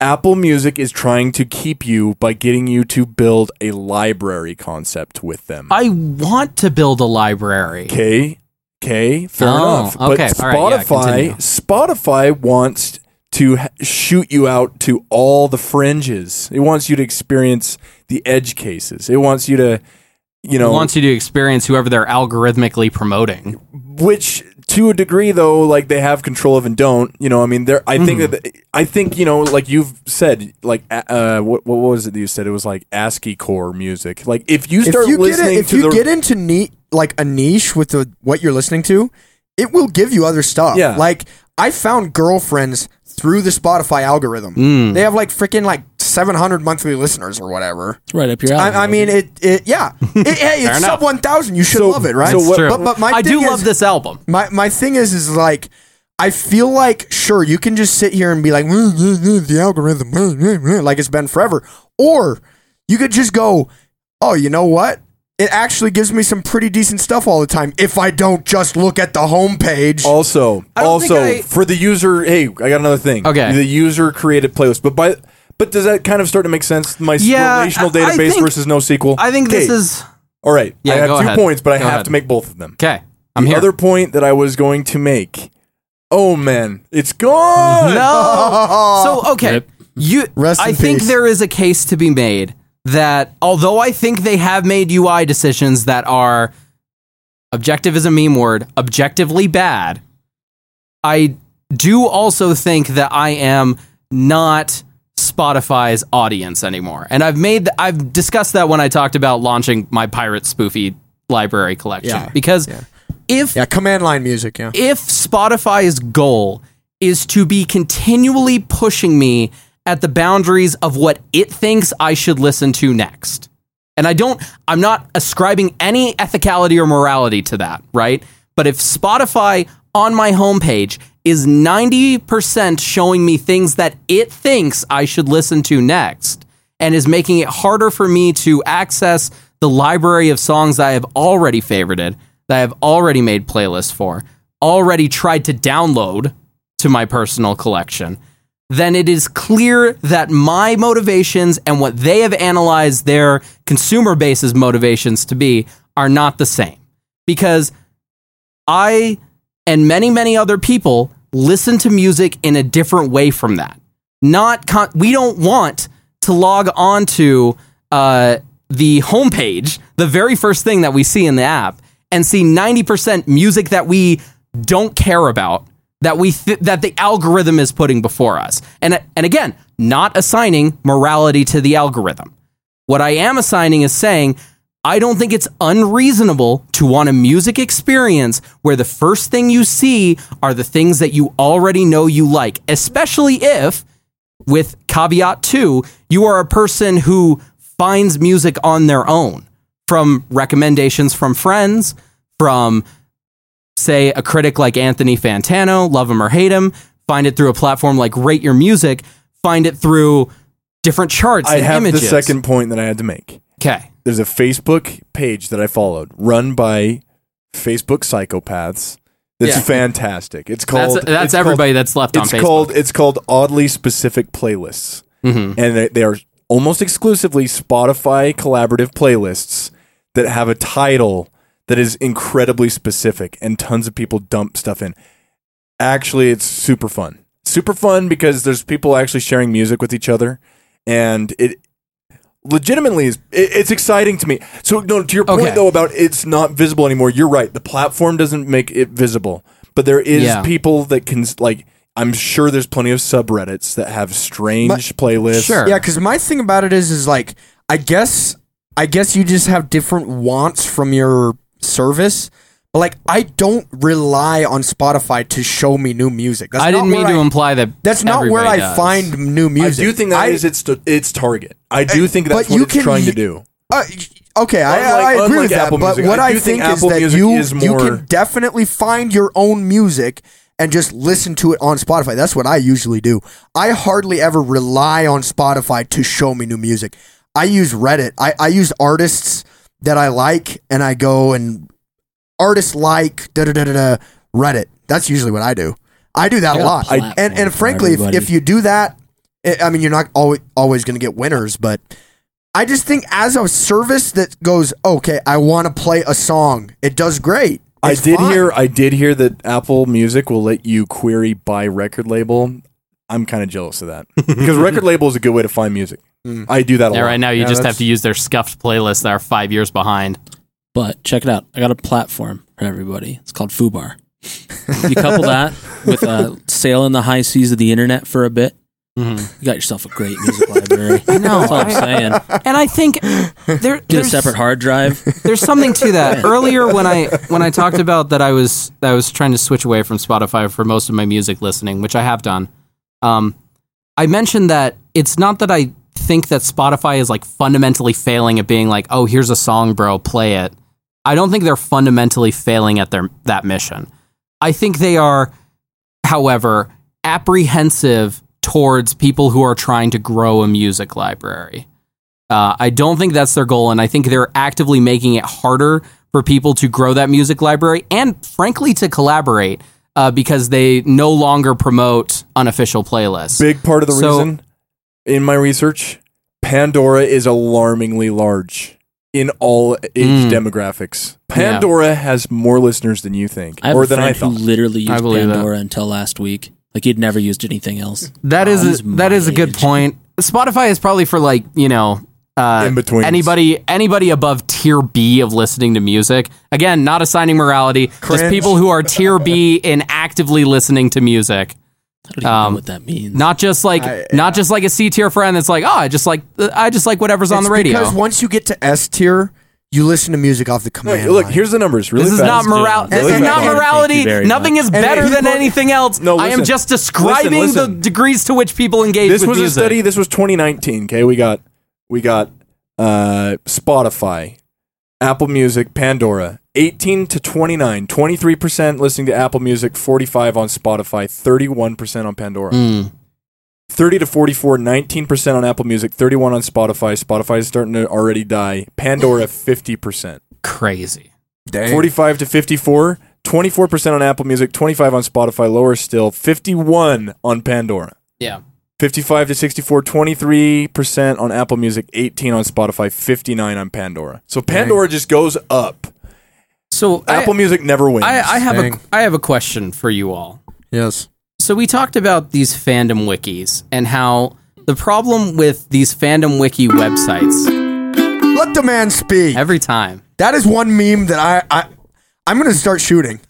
Apple Music is trying to keep you by getting you to build a library concept with them. I want to build a library. Okay, okay, fair Oh, enough. okay, but all right, yeah, Spotify, continue. Spotify wants to h- shoot you out to all the fringes. It wants you to experience the edge cases. It wants you to, you know, wants you to experience whoever they're algorithmically promoting. which to a degree though, like they have control of and don't. You know, I mean, there. I Mm-hmm. think that the- I think you know, like you've said, like a- uh, what what was it that you said? It was like ASCII core music. Like if you If start you get listening it, if to you the get into neat like a niche with the what you're listening to, it will give you other stuff. Yeah. Like I found girlfriends through the Spotify algorithm. Mm. They have like freaking like 700 monthly listeners or whatever. Right up your Oh, alley. I, I mean, it, it yeah, it, hey, it's enough. sub 1,000. You should So- love it, right? so what- True. But, but my I thing do is, love this album. My my thing is is like I feel like sure you can just sit here and be like "Mm, mm, mm, the algorithm mm, mm, mm," like it's been forever, or you could just go, oh, you know what? It actually gives me some pretty decent stuff all the time if I don't just look at the homepage. Oh. Also, don't also think I- for the user, hey, I got another thing. Okay. the user created playlist, but by but does that kind of start to make sense? My s- Yeah, relational I- I database think- versus NoSQL. I think this Okay, is all right. Yeah, I have go two ahead. points, but I Go have ahead. to make both of them. okay. I'm the here. other point that I was going to make. Oh man, it's gone. No. Oh, so okay, Rip. you. Rest I in think peace. there is a case to be made that although I think they have made UI decisions that are objective is a meme word, objectively bad. I do also think that I am not Spotify's audience anymore, and I've made I've discussed that when I talked about launching my pirate spoofy library collection Yeah. because if yeah, command line music. Yeah, if Spotify's goal is to be continually pushing me at the boundaries of what it thinks I should listen to next. And I don't, I'm not ascribing any ethicality or morality to that, right? But if Spotify on my homepage is 90% showing me things that it thinks I should listen to next and is making it harder for me to access the library of songs I have already favorited, that I have already made playlists for, already tried to download to my personal collection, then it is clear that my motivations and what they have analyzed their consumer base's motivations to be are not the same. Because I and many, many other people listen to music in a different way from that. Not con- we don't want to log on to uh, the homepage, the very first thing that we see in the app, and see 90% music that we don't care about that we th- that the algorithm is putting before us. And and again, not assigning morality to the algorithm. What I am assigning is saying, I don't think it's unreasonable to want a music experience where the first thing you see are the things that you already know you like, especially if, with caveat two, you are a person who finds music on their own from recommendations from friends, from say a critic like Anthony Fantano, love him or hate him, find it through a platform like Rate Your Music, find it through different charts I and have images. the second point that I had to make. Okay. There's a Facebook page that I followed, run by Facebook psychopaths. It's Yeah. fantastic. It's That's called that's it's called- everybody that's left on It's Facebook. Mm-hmm. called it's called oddly specific playlists, and they, they are almost exclusively Spotify collaborative playlists that have a title that is incredibly specific, and tons of people dump stuff in. Actually, it's super fun, super fun because there's people actually sharing music with each other, and it legitimately is it, it's exciting to me. So no, to your point Okay. though about it's not visible anymore. You're right. The platform doesn't make it visible, but there is Yeah. people that can like. I'm sure there's plenty of subreddits that have strange playlists. Sure. yeah. Because my thing about it is is like I guess I guess you just have different wants from your service. But like I don't rely on Spotify to show me new music. That's I not didn't mean where to I- imply that. That's not where I everybody does. find new I music. do think that I- is its its target. I do think that's but what you it's can trying to y- do. uh, okay, Unlike- I, I agree unlike with that. Apple but Music, what I I, do think think, is Apple that Music you is you more- can definitely find your own music and just listen to it on Spotify. That's what I usually do. I hardly ever rely on Spotify to show me new music. I use Reddit. I, I use artists that I like, and I go and artist like da da da da da Reddit. That's usually what I do. I do that a Got a lot. platform and and for frankly, if, everybody. if you do that, I- I mean, you're not always always going to get winners, but I just think as a service that goes, okay, I want to play a song. It does great. I It's did fine. hear I did hear that Apple Music will let you query by record label. I'm kind of jealous of that because record label is a good way to find music. I do that a Yeah, lot. right now you Hmm. Yeah, just have that's- to use their scuffed playlist that are five years behind. But check it out. I got a platform for everybody. It's called Fubar. you couple that with a sail in the high seas of the internet for a bit. You got yourself a great music library. I know. That's what I'm saying. And I think there, Get a there's, separate hard drive. there's something to that. Earlier when I when I talked about that I was that I was trying to switch away from Spotify for most of my music listening, which I have done. Um, I mentioned that it's not that I think that Spotify is like fundamentally failing at being like, oh, here's a song, bro, play it. I don't think they're fundamentally failing at their that mission. I think they are, however, apprehensive towards people who are trying to grow a music library. Uh, I don't think that's their goal, and I think they're actively making it harder for people to grow that music library and, frankly, to collaborate uh, because they no longer promote unofficial playlists. Big part of the So- reason in my research, Pandora is alarmingly large in all age Hmm. Mm. demographics. Pandora has more listeners than you think, I have or a than friend I who thought. literally I used believe that. Pandora until last week. Like he'd never used anything else. That is Sounds a, that is a good mighty. point. Spotify is probably for like you know uh, In-betweens. anybody anybody above tier B of listening to music. Again, not assigning morality, just Cringe. people who are tier B in actively listening to music. I don't even Um, know what that means. Not just like I- not just like a C tier friend that's like oh I just like I just like whatever's on It's the radio. because once you get to S tier, you listen to music off the Look, command. look, line. here's the numbers. Really This is fast. not moral. This Really is not fast. morality. Thank you very Nothing is And better if than people- anything else. No, I am listen. just describing Listen, the listen. degrees to which people engage this with was music. a study. This was 2019. Okay, we got we got uh, Spotify, Apple Music, Pandora. 18 to 29, 23 percent listening to Apple Music, 45 on Spotify, 31 percent on Pandora. 30 to 44, 19 percent on Apple Music, 31 on Spotify. Spotify is starting to already die. Pandora 50 percent. Crazy. Dang. 45 to 54, 24 percent on Apple Music, 25 on Spotify. Lower still, 51 on Pandora. Yeah. 55 to 64, 23% on Apple Music, 18 on Spotify, 59 on Pandora. So Pandora just goes up. So Apple Music never wins. I, I have Dang. a I have a question for you all. Yes. So we talked about these fandom wikis and how the problem with these fandom wiki websites Let the man speak. every time That is one meme that I, I I'm gonna start shooting.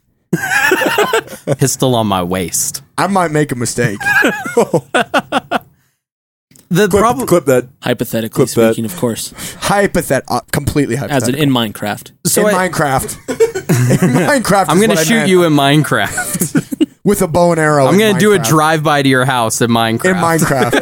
pistol on my waist. I might make a mistake. The clip, problem clip that. Hypothetically Clip that. speaking, of course, Hypothet, uh, completely as an hypothetical. in Minecraft. so in I, Minecraft. in Minecraft. I'm is going to what I shoot meant. you in Minecraft. with a bow and arrow. I'm in going to do a Minecraft. drive by to your house in Minecraft. in Minecraft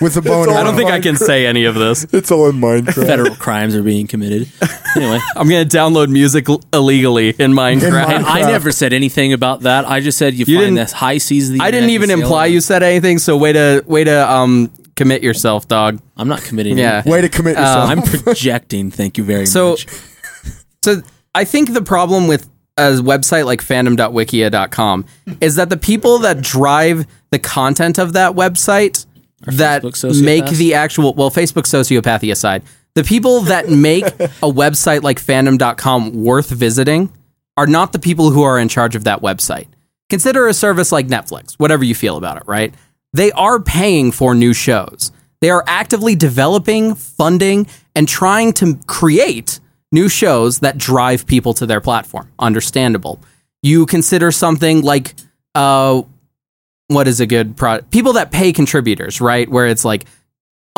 with a bow and arrow. I don't think I can say any of this. It's all in Minecraft. Federal crimes are being committed. Anyway, I'm going to download music l- illegally in Minecraft. Minecraft. I never said anything about that. I just said you, didn't- find this high seas of the I didn't internet, even you sail imply on. you said anything, so way to way to um commit yourself, dog. I'm not committing. Yeah. anything. Way to Uh, commit yourself. I'm projecting. Thank you very So- much. So I think the problem with a website like fandom.wikia.com is that the people that drive the content of that website that Facebook make sociopaths? the actual well Facebook sociopathy aside, the people that make a website like fandom.com worth visiting are not the people who are in charge of that website. Consider a service like Netflix, whatever you feel about it, right? They are paying for new shows. They are actively developing, funding, and trying to create new shows that drive people to their platform. Understandable. You consider something like uh, what is a good product? People that pay contributors, right? Where it's like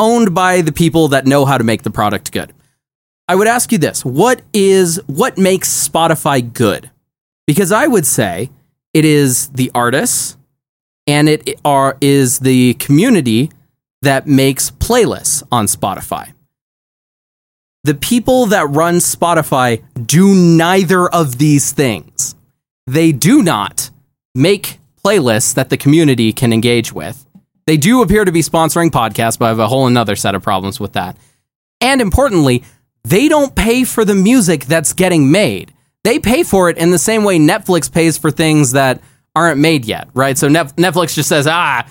owned by the people that know how to make the product good. I would ask you this: what is what makes Spotify good? Because I would say it is the artists and it are is the community that makes playlists on Spotify. The people that run Spotify do neither of these things. They do not make playlists that the community can engage with. They do appear to be sponsoring podcasts, but I have a whole another set of problems with that. And importantly, they don't pay for the music that's getting made. They pay for it in the same way Netflix pays for things that aren't made yet, right? So Nef- Netflix just says, "Ah,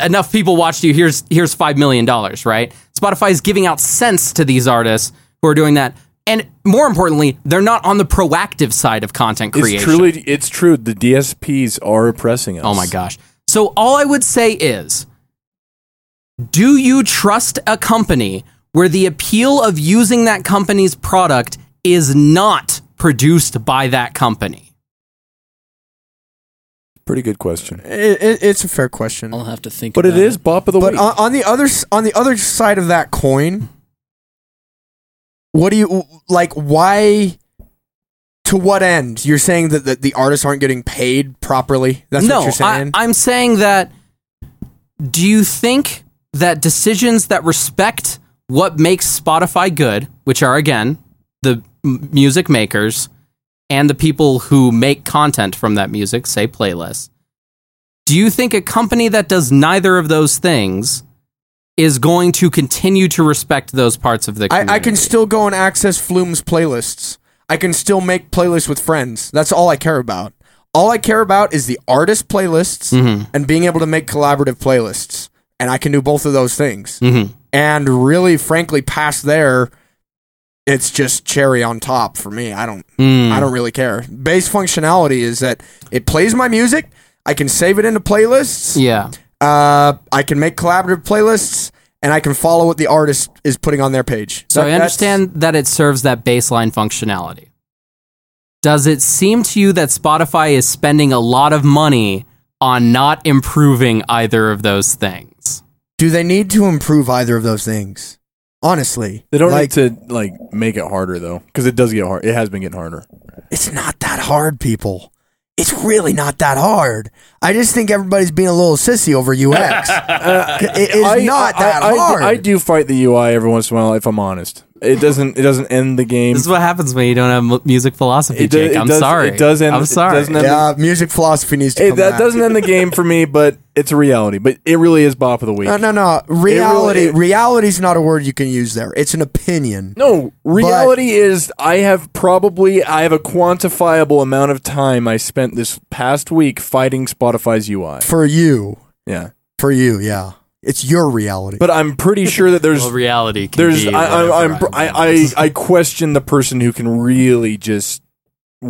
enough people watched you. Here's here's five million dollars." Right? Spotify is giving out cents to these artists who are doing that, and more importantly, they're not on the proactive side of content creation. It's truly, it's true. The DSPs are oppressing us. Oh my gosh. So all I would say is do you trust a company where the appeal of using that company's product is not produced by that company? Pretty good question. It, it, it's a fair question. Oh, I'll have to think. But it about is Bop of the But Week. on, on the other s- on the other side of that coin, what do you like? Why? To what end? You're saying that the, the artists aren't getting paid properly. That's no, what you're saying. I, I'm saying that do you think that decisions that respect what makes Spotify good, which are again the m- music makers and the people who make content from that music, say playlists, do you think a company that does neither of those things is going to continue to respect those parts of the community? I, I can still go and access Flume's playlists. I can still make playlists with friends. That's all I care about. All I care about is the artist playlists Mm-hmm. and being able to make collaborative playlists. And I can do both of those things. Mhm. And really, frankly, past there, it's just cherry on top for me. I don't, Mm. I don't really care. Base functionality is that it plays my music. I can save it into playlists. Yeah. Uh, I can make collaborative playlists, and I can follow what the artist is putting on their page. So That- I that's- understand that it serves that baseline functionality. Does it seem to you that Spotify is spending a lot of money on not improving either of those things? Do they need to improve either of those things? Honestly, they don't like, need to like make it harder though, because it does get hard. It has been getting harder. It's not that hard, people. It's really not that hard. I just think everybody's being a little sissy over UX. it is not that I, hard. I, I do fight the UI every once in a while, if I'm honest. It doesn't. It doesn't end the game. This is what happens when you don't have mu- music philosophy, It do- Jake. it I'm does- sorry. it does end- I'm it sorry. doesn't end- yeah, music philosophy needs to. It- come that back. doesn't end the game for me, but it's a reality. But it really is Bop of the Week. No, no, no. Reality. it- reality's not a word you can use there. It's an opinion. No, reality is I have probably I have a quantifiable amount of time I spent this past week fighting Spotify's UI. For you, Yeah. for you, yeah. It's your reality. But I'm pretty sure that there's Well, reality. Can there's be I, whatever I, I'm pr- I, I, I I question the person who can really just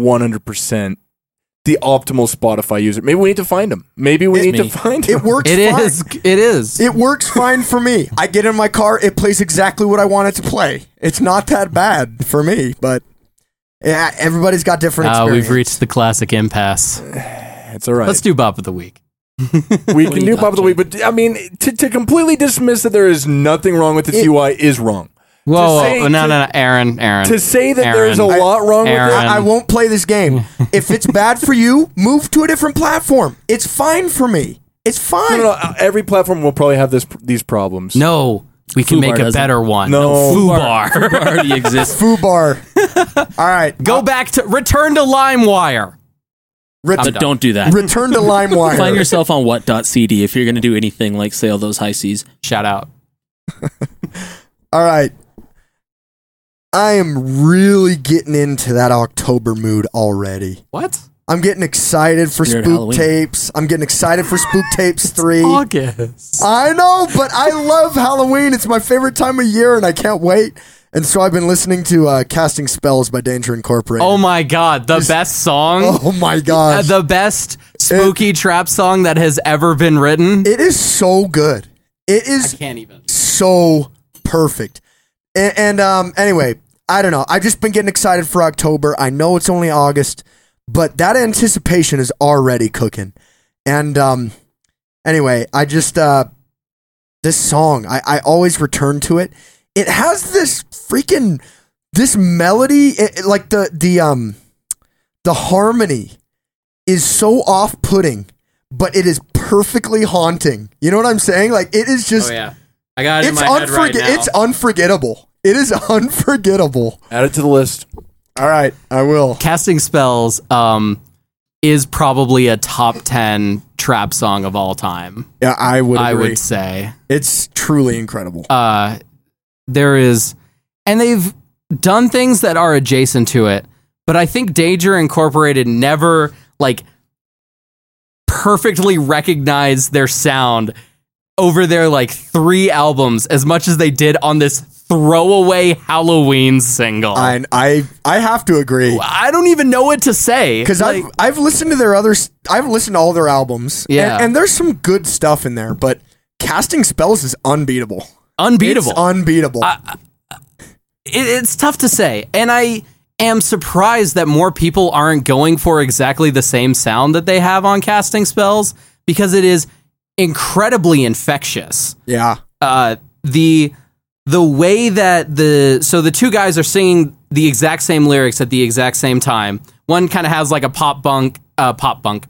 100% the optimal Spotify user. Maybe we need to find him. Maybe we need to me. find him. it works. it fine. is. It is. It works fine for me. I get in my car, it plays exactly what I want it to play. It's not that bad for me, but yeah, everybody's got Uh, different experience. we've reached the classic impasse. It's all right. Let's do Bop of the Week. we can do Bob of the Week, but I mean, to, to completely dismiss that there is nothing wrong with its UI is wrong. Whoa, whoa, say- no, no, to- no, Aaron, Aaron. To say that Aaron. there's a lot wrong with Aaron. it, I, I won't play this game. if it's bad for you, move to a different platform. It's fine for me. It's No, fine. no, no, every platform will probably have this these problems. no, we can Fubar make a doesn't. better one. No. Fubar. it. already exists. Foo bar. All right. Go back to return to LimeWire. So Ret- don't do that. return to Find LimeWire. yourself on what.cd if you're going to do anything like sail those high seas. Shout out. All right. I am really getting into that October mood already. What? I'm getting excited for Spook Weird Halloween. Tapes. I'm getting excited for Spook Tapes 3. August. I know, but I love Halloween. It's my favorite time of year and I can't wait. And so I've been listening to uh, Casting Spells by Danger Incorporated. Oh my god, the best song. Oh my Uh, gosh. the best spooky trap song that has ever been written. it is so good. It is Can't even. Oh, so perfect. And, and um, anyway, I don't know. I've just been getting excited for October. I know it's only August, but that anticipation is already cooking. And um, anyway, I just uh, this song. I, I always return to it. It has this freaking this melody, it, it- like the the um the harmony is so off putting, but it is perfectly haunting. You know what I'm saying? Like it is just Oh yeah. I got it in it's my head unforg- right now. it's unforgettable. It is unforgettable. Add it to the list. All right, I will. Casting spells um is probably a top 10 trap song of all time. Yeah, I would I agree. would say. It's truly incredible. Uh there is uh, and they've done things that are adjacent to it, but I think Danger Incorporated never like perfectly recognized their sound over their like three albums as much as they did on this throwaway Halloween single. I, I I I have to agree don't even know what to say because Like, I've I've listened to their other s- I've listened to all their albums. and- Yeah. and, there's some good stuff in there, but casting spells is unbeatable. unbeatable. It's unbeatable. it, it's tough to say, and I am surprised that more people aren't going for exactly the same sound that they have on casting spells because it is incredibly infectious. yeah. Uh, the the way that the so the two guys are singing the exact same lyrics at the exact same time. One kind of has like a pop bunk, uh, pop bunk.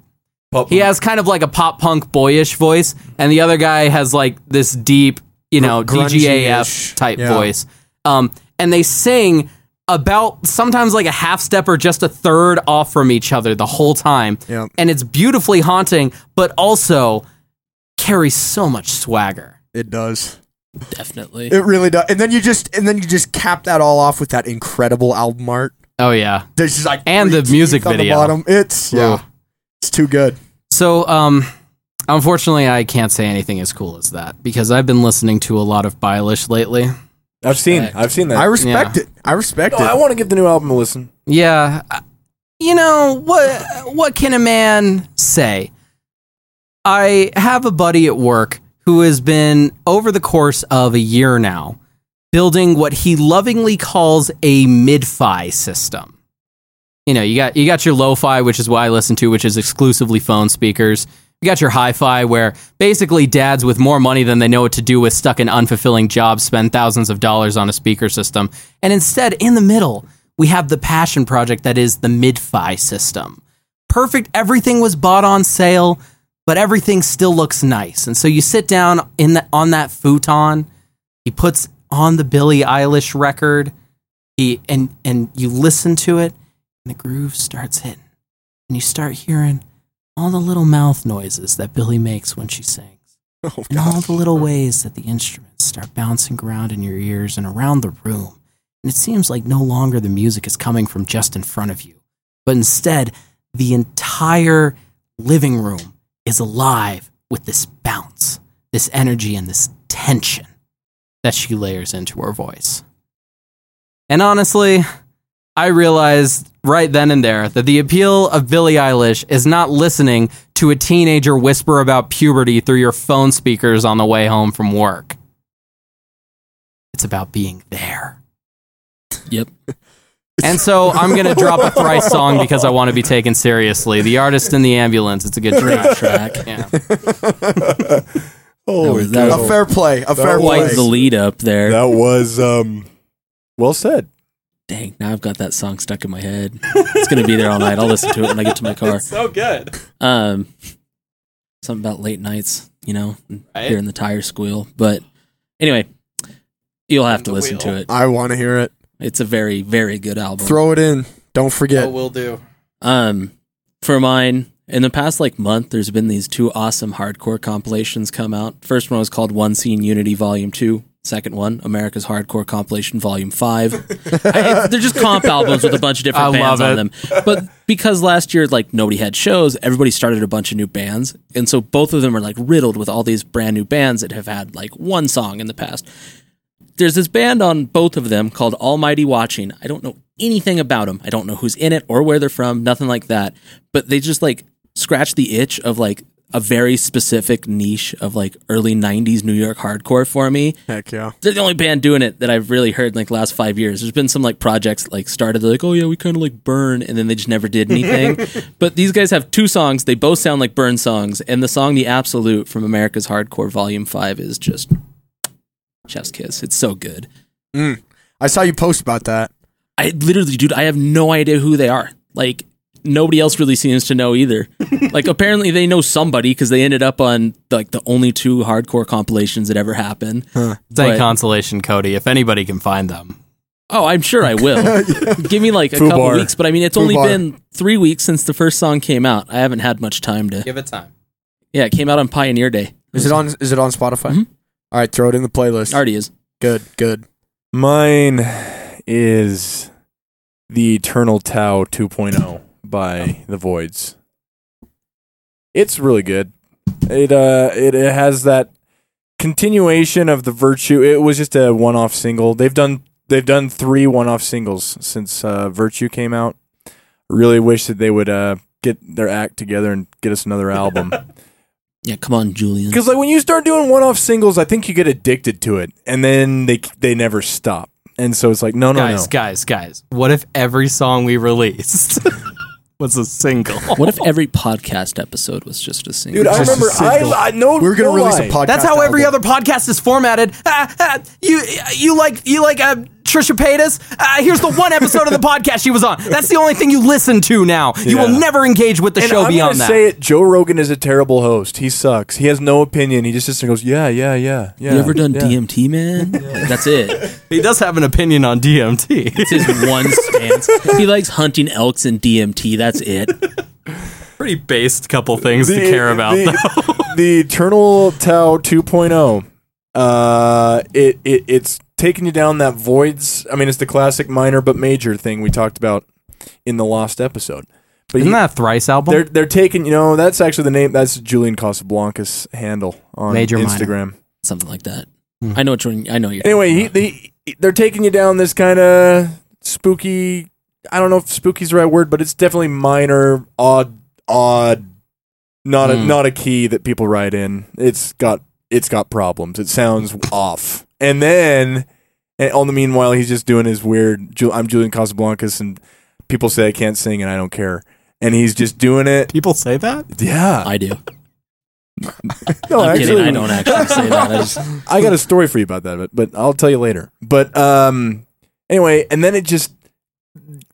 Pop- He has kind of like a pop punk boyish voice, and the other guy has like this deep, you know, grungy-ish. DGAF type Yeah. voice. Um, and they sing about sometimes like a half step or just a third off from each other the whole time. Yep. And it's beautifully haunting, but also carries so much swagger. It does. Definitely. It really does. And then you just and then you just cap that all off with that incredible album art. Oh, yeah. There's just like And three the music teeth on the video. bottom. It's Ooh. yeah. It's too good. So, um, unfortunately, I can't say anything as cool as that because I've been listening to a lot of Bilish lately. I've seen. I've seen that. I I, respect Yeah. it. I respect I it. want to give the new album a listen. Yeah, I- you know what? What can a man say? I have a buddy at work who has been over the course of a year now building what he lovingly calls a mid-fi system. You know, you got you got your lo-fi, which is what I listen to, which is exclusively phone speakers. You got your hi-fi, where basically dads with more money than they know what to do with, stuck in unfulfilling jobs, spend thousands of dollars on a speaker system. And instead, in the middle, we have the passion project that is the mid-fi system. Perfect. Everything was bought on sale, but everything still looks nice. And so you sit down in the, on that futon. He puts on the Billie Eilish record. He and and you listen to it, and the groove starts hitting, and you start hearing all the little mouth noises that Billie makes when she sings, and all the little ways that the instruments start bouncing around in your ears and around the room. And it seems like no longer the music is coming from just in front of you, but instead the entire living room is alive with this bounce, this energy, and this tension that she layers into her voice. And honestly, I realized right then and there that the appeal of Billie Eilish is not listening to a teenager whisper about puberty through your phone speakers on the way home from work. It's about being there. Yep. And so I'm going to drop a thrice song because I want to be taken seriously. The Artist in the Ambulance. It's a good track. Track. Yeah. Holy that cow. A fair play. A fair was play. Like the lead up there. That was um, well said. Dang, now I've got that song stuck in my head. It's gonna be there all night. I'll listen to it when I get to my car. So good. Um, something about late nights, you know, and Right. hearing the tire squeal. But anyway, you'll have to listen to it. I want to hear it. It's a very, very good album. Throw it in. Don't forget. will do. Um, for mine, in the past like month, there's been these two awesome hardcore compilations come out. First one was called One Scene Unity Volume Two. Second one, America's Hardcore Compilation Volume Five. I, they're just comp albums with a bunch of different I bands love on it. them. But because last year, like nobody had shows, everybody started a bunch of new bands, and so both of them are like riddled with all these brand new bands that have had like one song in the past there's this band on both of them called Almighty Watching. I don't know anything about them. I don't know who's in it or where they're from, nothing like that. But they just like scratch the itch of like a very specific niche of like early 90s New York hardcore for me. Heck yeah. They're the only band doing it that I've really heard in like the last five years. There's been some like projects like started they're like, oh yeah, we kind of like burn, and then they just never did anything. but these guys have two songs. They both sound like burn songs, and the song "The Absolute" from America's Hardcore Volume Five is just chef's kiss. It's so good. I saw you post about that. I literally, dude, I have no idea who they are. Like nobody else really seems to know either. like apparently they know somebody because they ended up on like the only two hardcore compilations that ever happened. Say But- consolation, Cody, if anybody can find them. Oh, I'm sure I will. Give me like a couple Fubar. weeks, but I mean it's only Fubar. been three weeks since the first song came out. I haven't had much time to. Give it time. Yeah, it came out on Pioneer Day. Is it on? Is it on Mm-hmm. Spotify? Mhm. All right, throw it in the playlist. Already is. Good, good. Mine is The Eternal Tau 2.0 by The Voids. It's really good. It uh it, it has that continuation of the Virtue. It was just a one-off single. They've done they've done three one-off singles since uh, Virtue came out. Really wish that they would uh get their act together and get us another album. Yeah, come on, Julian. Because like when you start doing one-off singles, I think you get addicted to it, and then they they never stop. And so it's like no, no, guys, Oh, no. guys, guys. What if every song we released was a single? What if every podcast episode was just a single? Dude, I Just a remember. single. I, I no, We're gonna no release lie. a podcast. That's how every album. other podcast is formatted. Ah, ah, you you like you like uh, Trisha Paytas? Ah, here's the one episode of the podcast she was on. That's the only thing you listen to now. You Yeah. will never engage with the And show I'm gonna beyond that. say it. Joe Rogan is a terrible host. He sucks. He has no opinion. He just sits there and goes, yeah, yeah, yeah, yeah. you ever done yeah. DMT, man? That's it. He does have an opinion on DMT. It's his one stance. He likes hunting elks and DMT. That's it. Pretty based couple things The- to care about. though. the, the Eternal Tau 2.0. Uh, it, it it's taking you down that voids. I mean, it's the classic minor but major thing we talked about in the lost episode. But Isn't you- that a thrice album? They're they're taking you know that's actually the name that's Julian Casablancas handle on Major, minor. Instagram. Something like that. I know what you're. I know you. Hmm. Anyway, he, they they're taking you down this kind of spooky. I don't know if spooky's the right word, but it's definitely minor, odd, odd. Not a Hmm. not a key that people write in. It's got it's got problems. It sounds off. And then, and on the meanwhile, he's just doing his weird. Ju- I'm Julian Casablancas, and people say I can't sing, and I don't care. And he's just doing it. People say that? Yeah, I do. no, I'm kidding. I don't actually say that. I just, I got a story for you about that, but, but I'll tell you later. But um, anyway, and then it just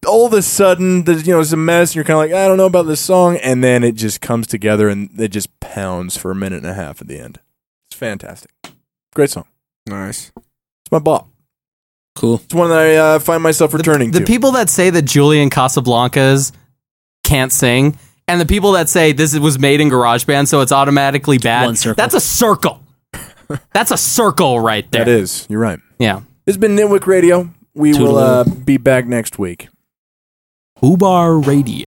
all of a sudden, there's you know, it's a mess, and you're kind of like, I don't know about this song, and then it just comes together, and it just pounds for a minute and a half at the end. It's fantastic, great song. Nice. It's my bop. cool. It's one that I uh, find myself returning The to. people that say that Julian Casablancas can't sing, and the people that say this was made in GarageBand, so it's automatically bad. one circle. That's a circle. That's a circle right there. that is, you're right. Yeah. This has been Nitwick Radio. We will Toodaloo. uh, be back next week. Ubar Radio.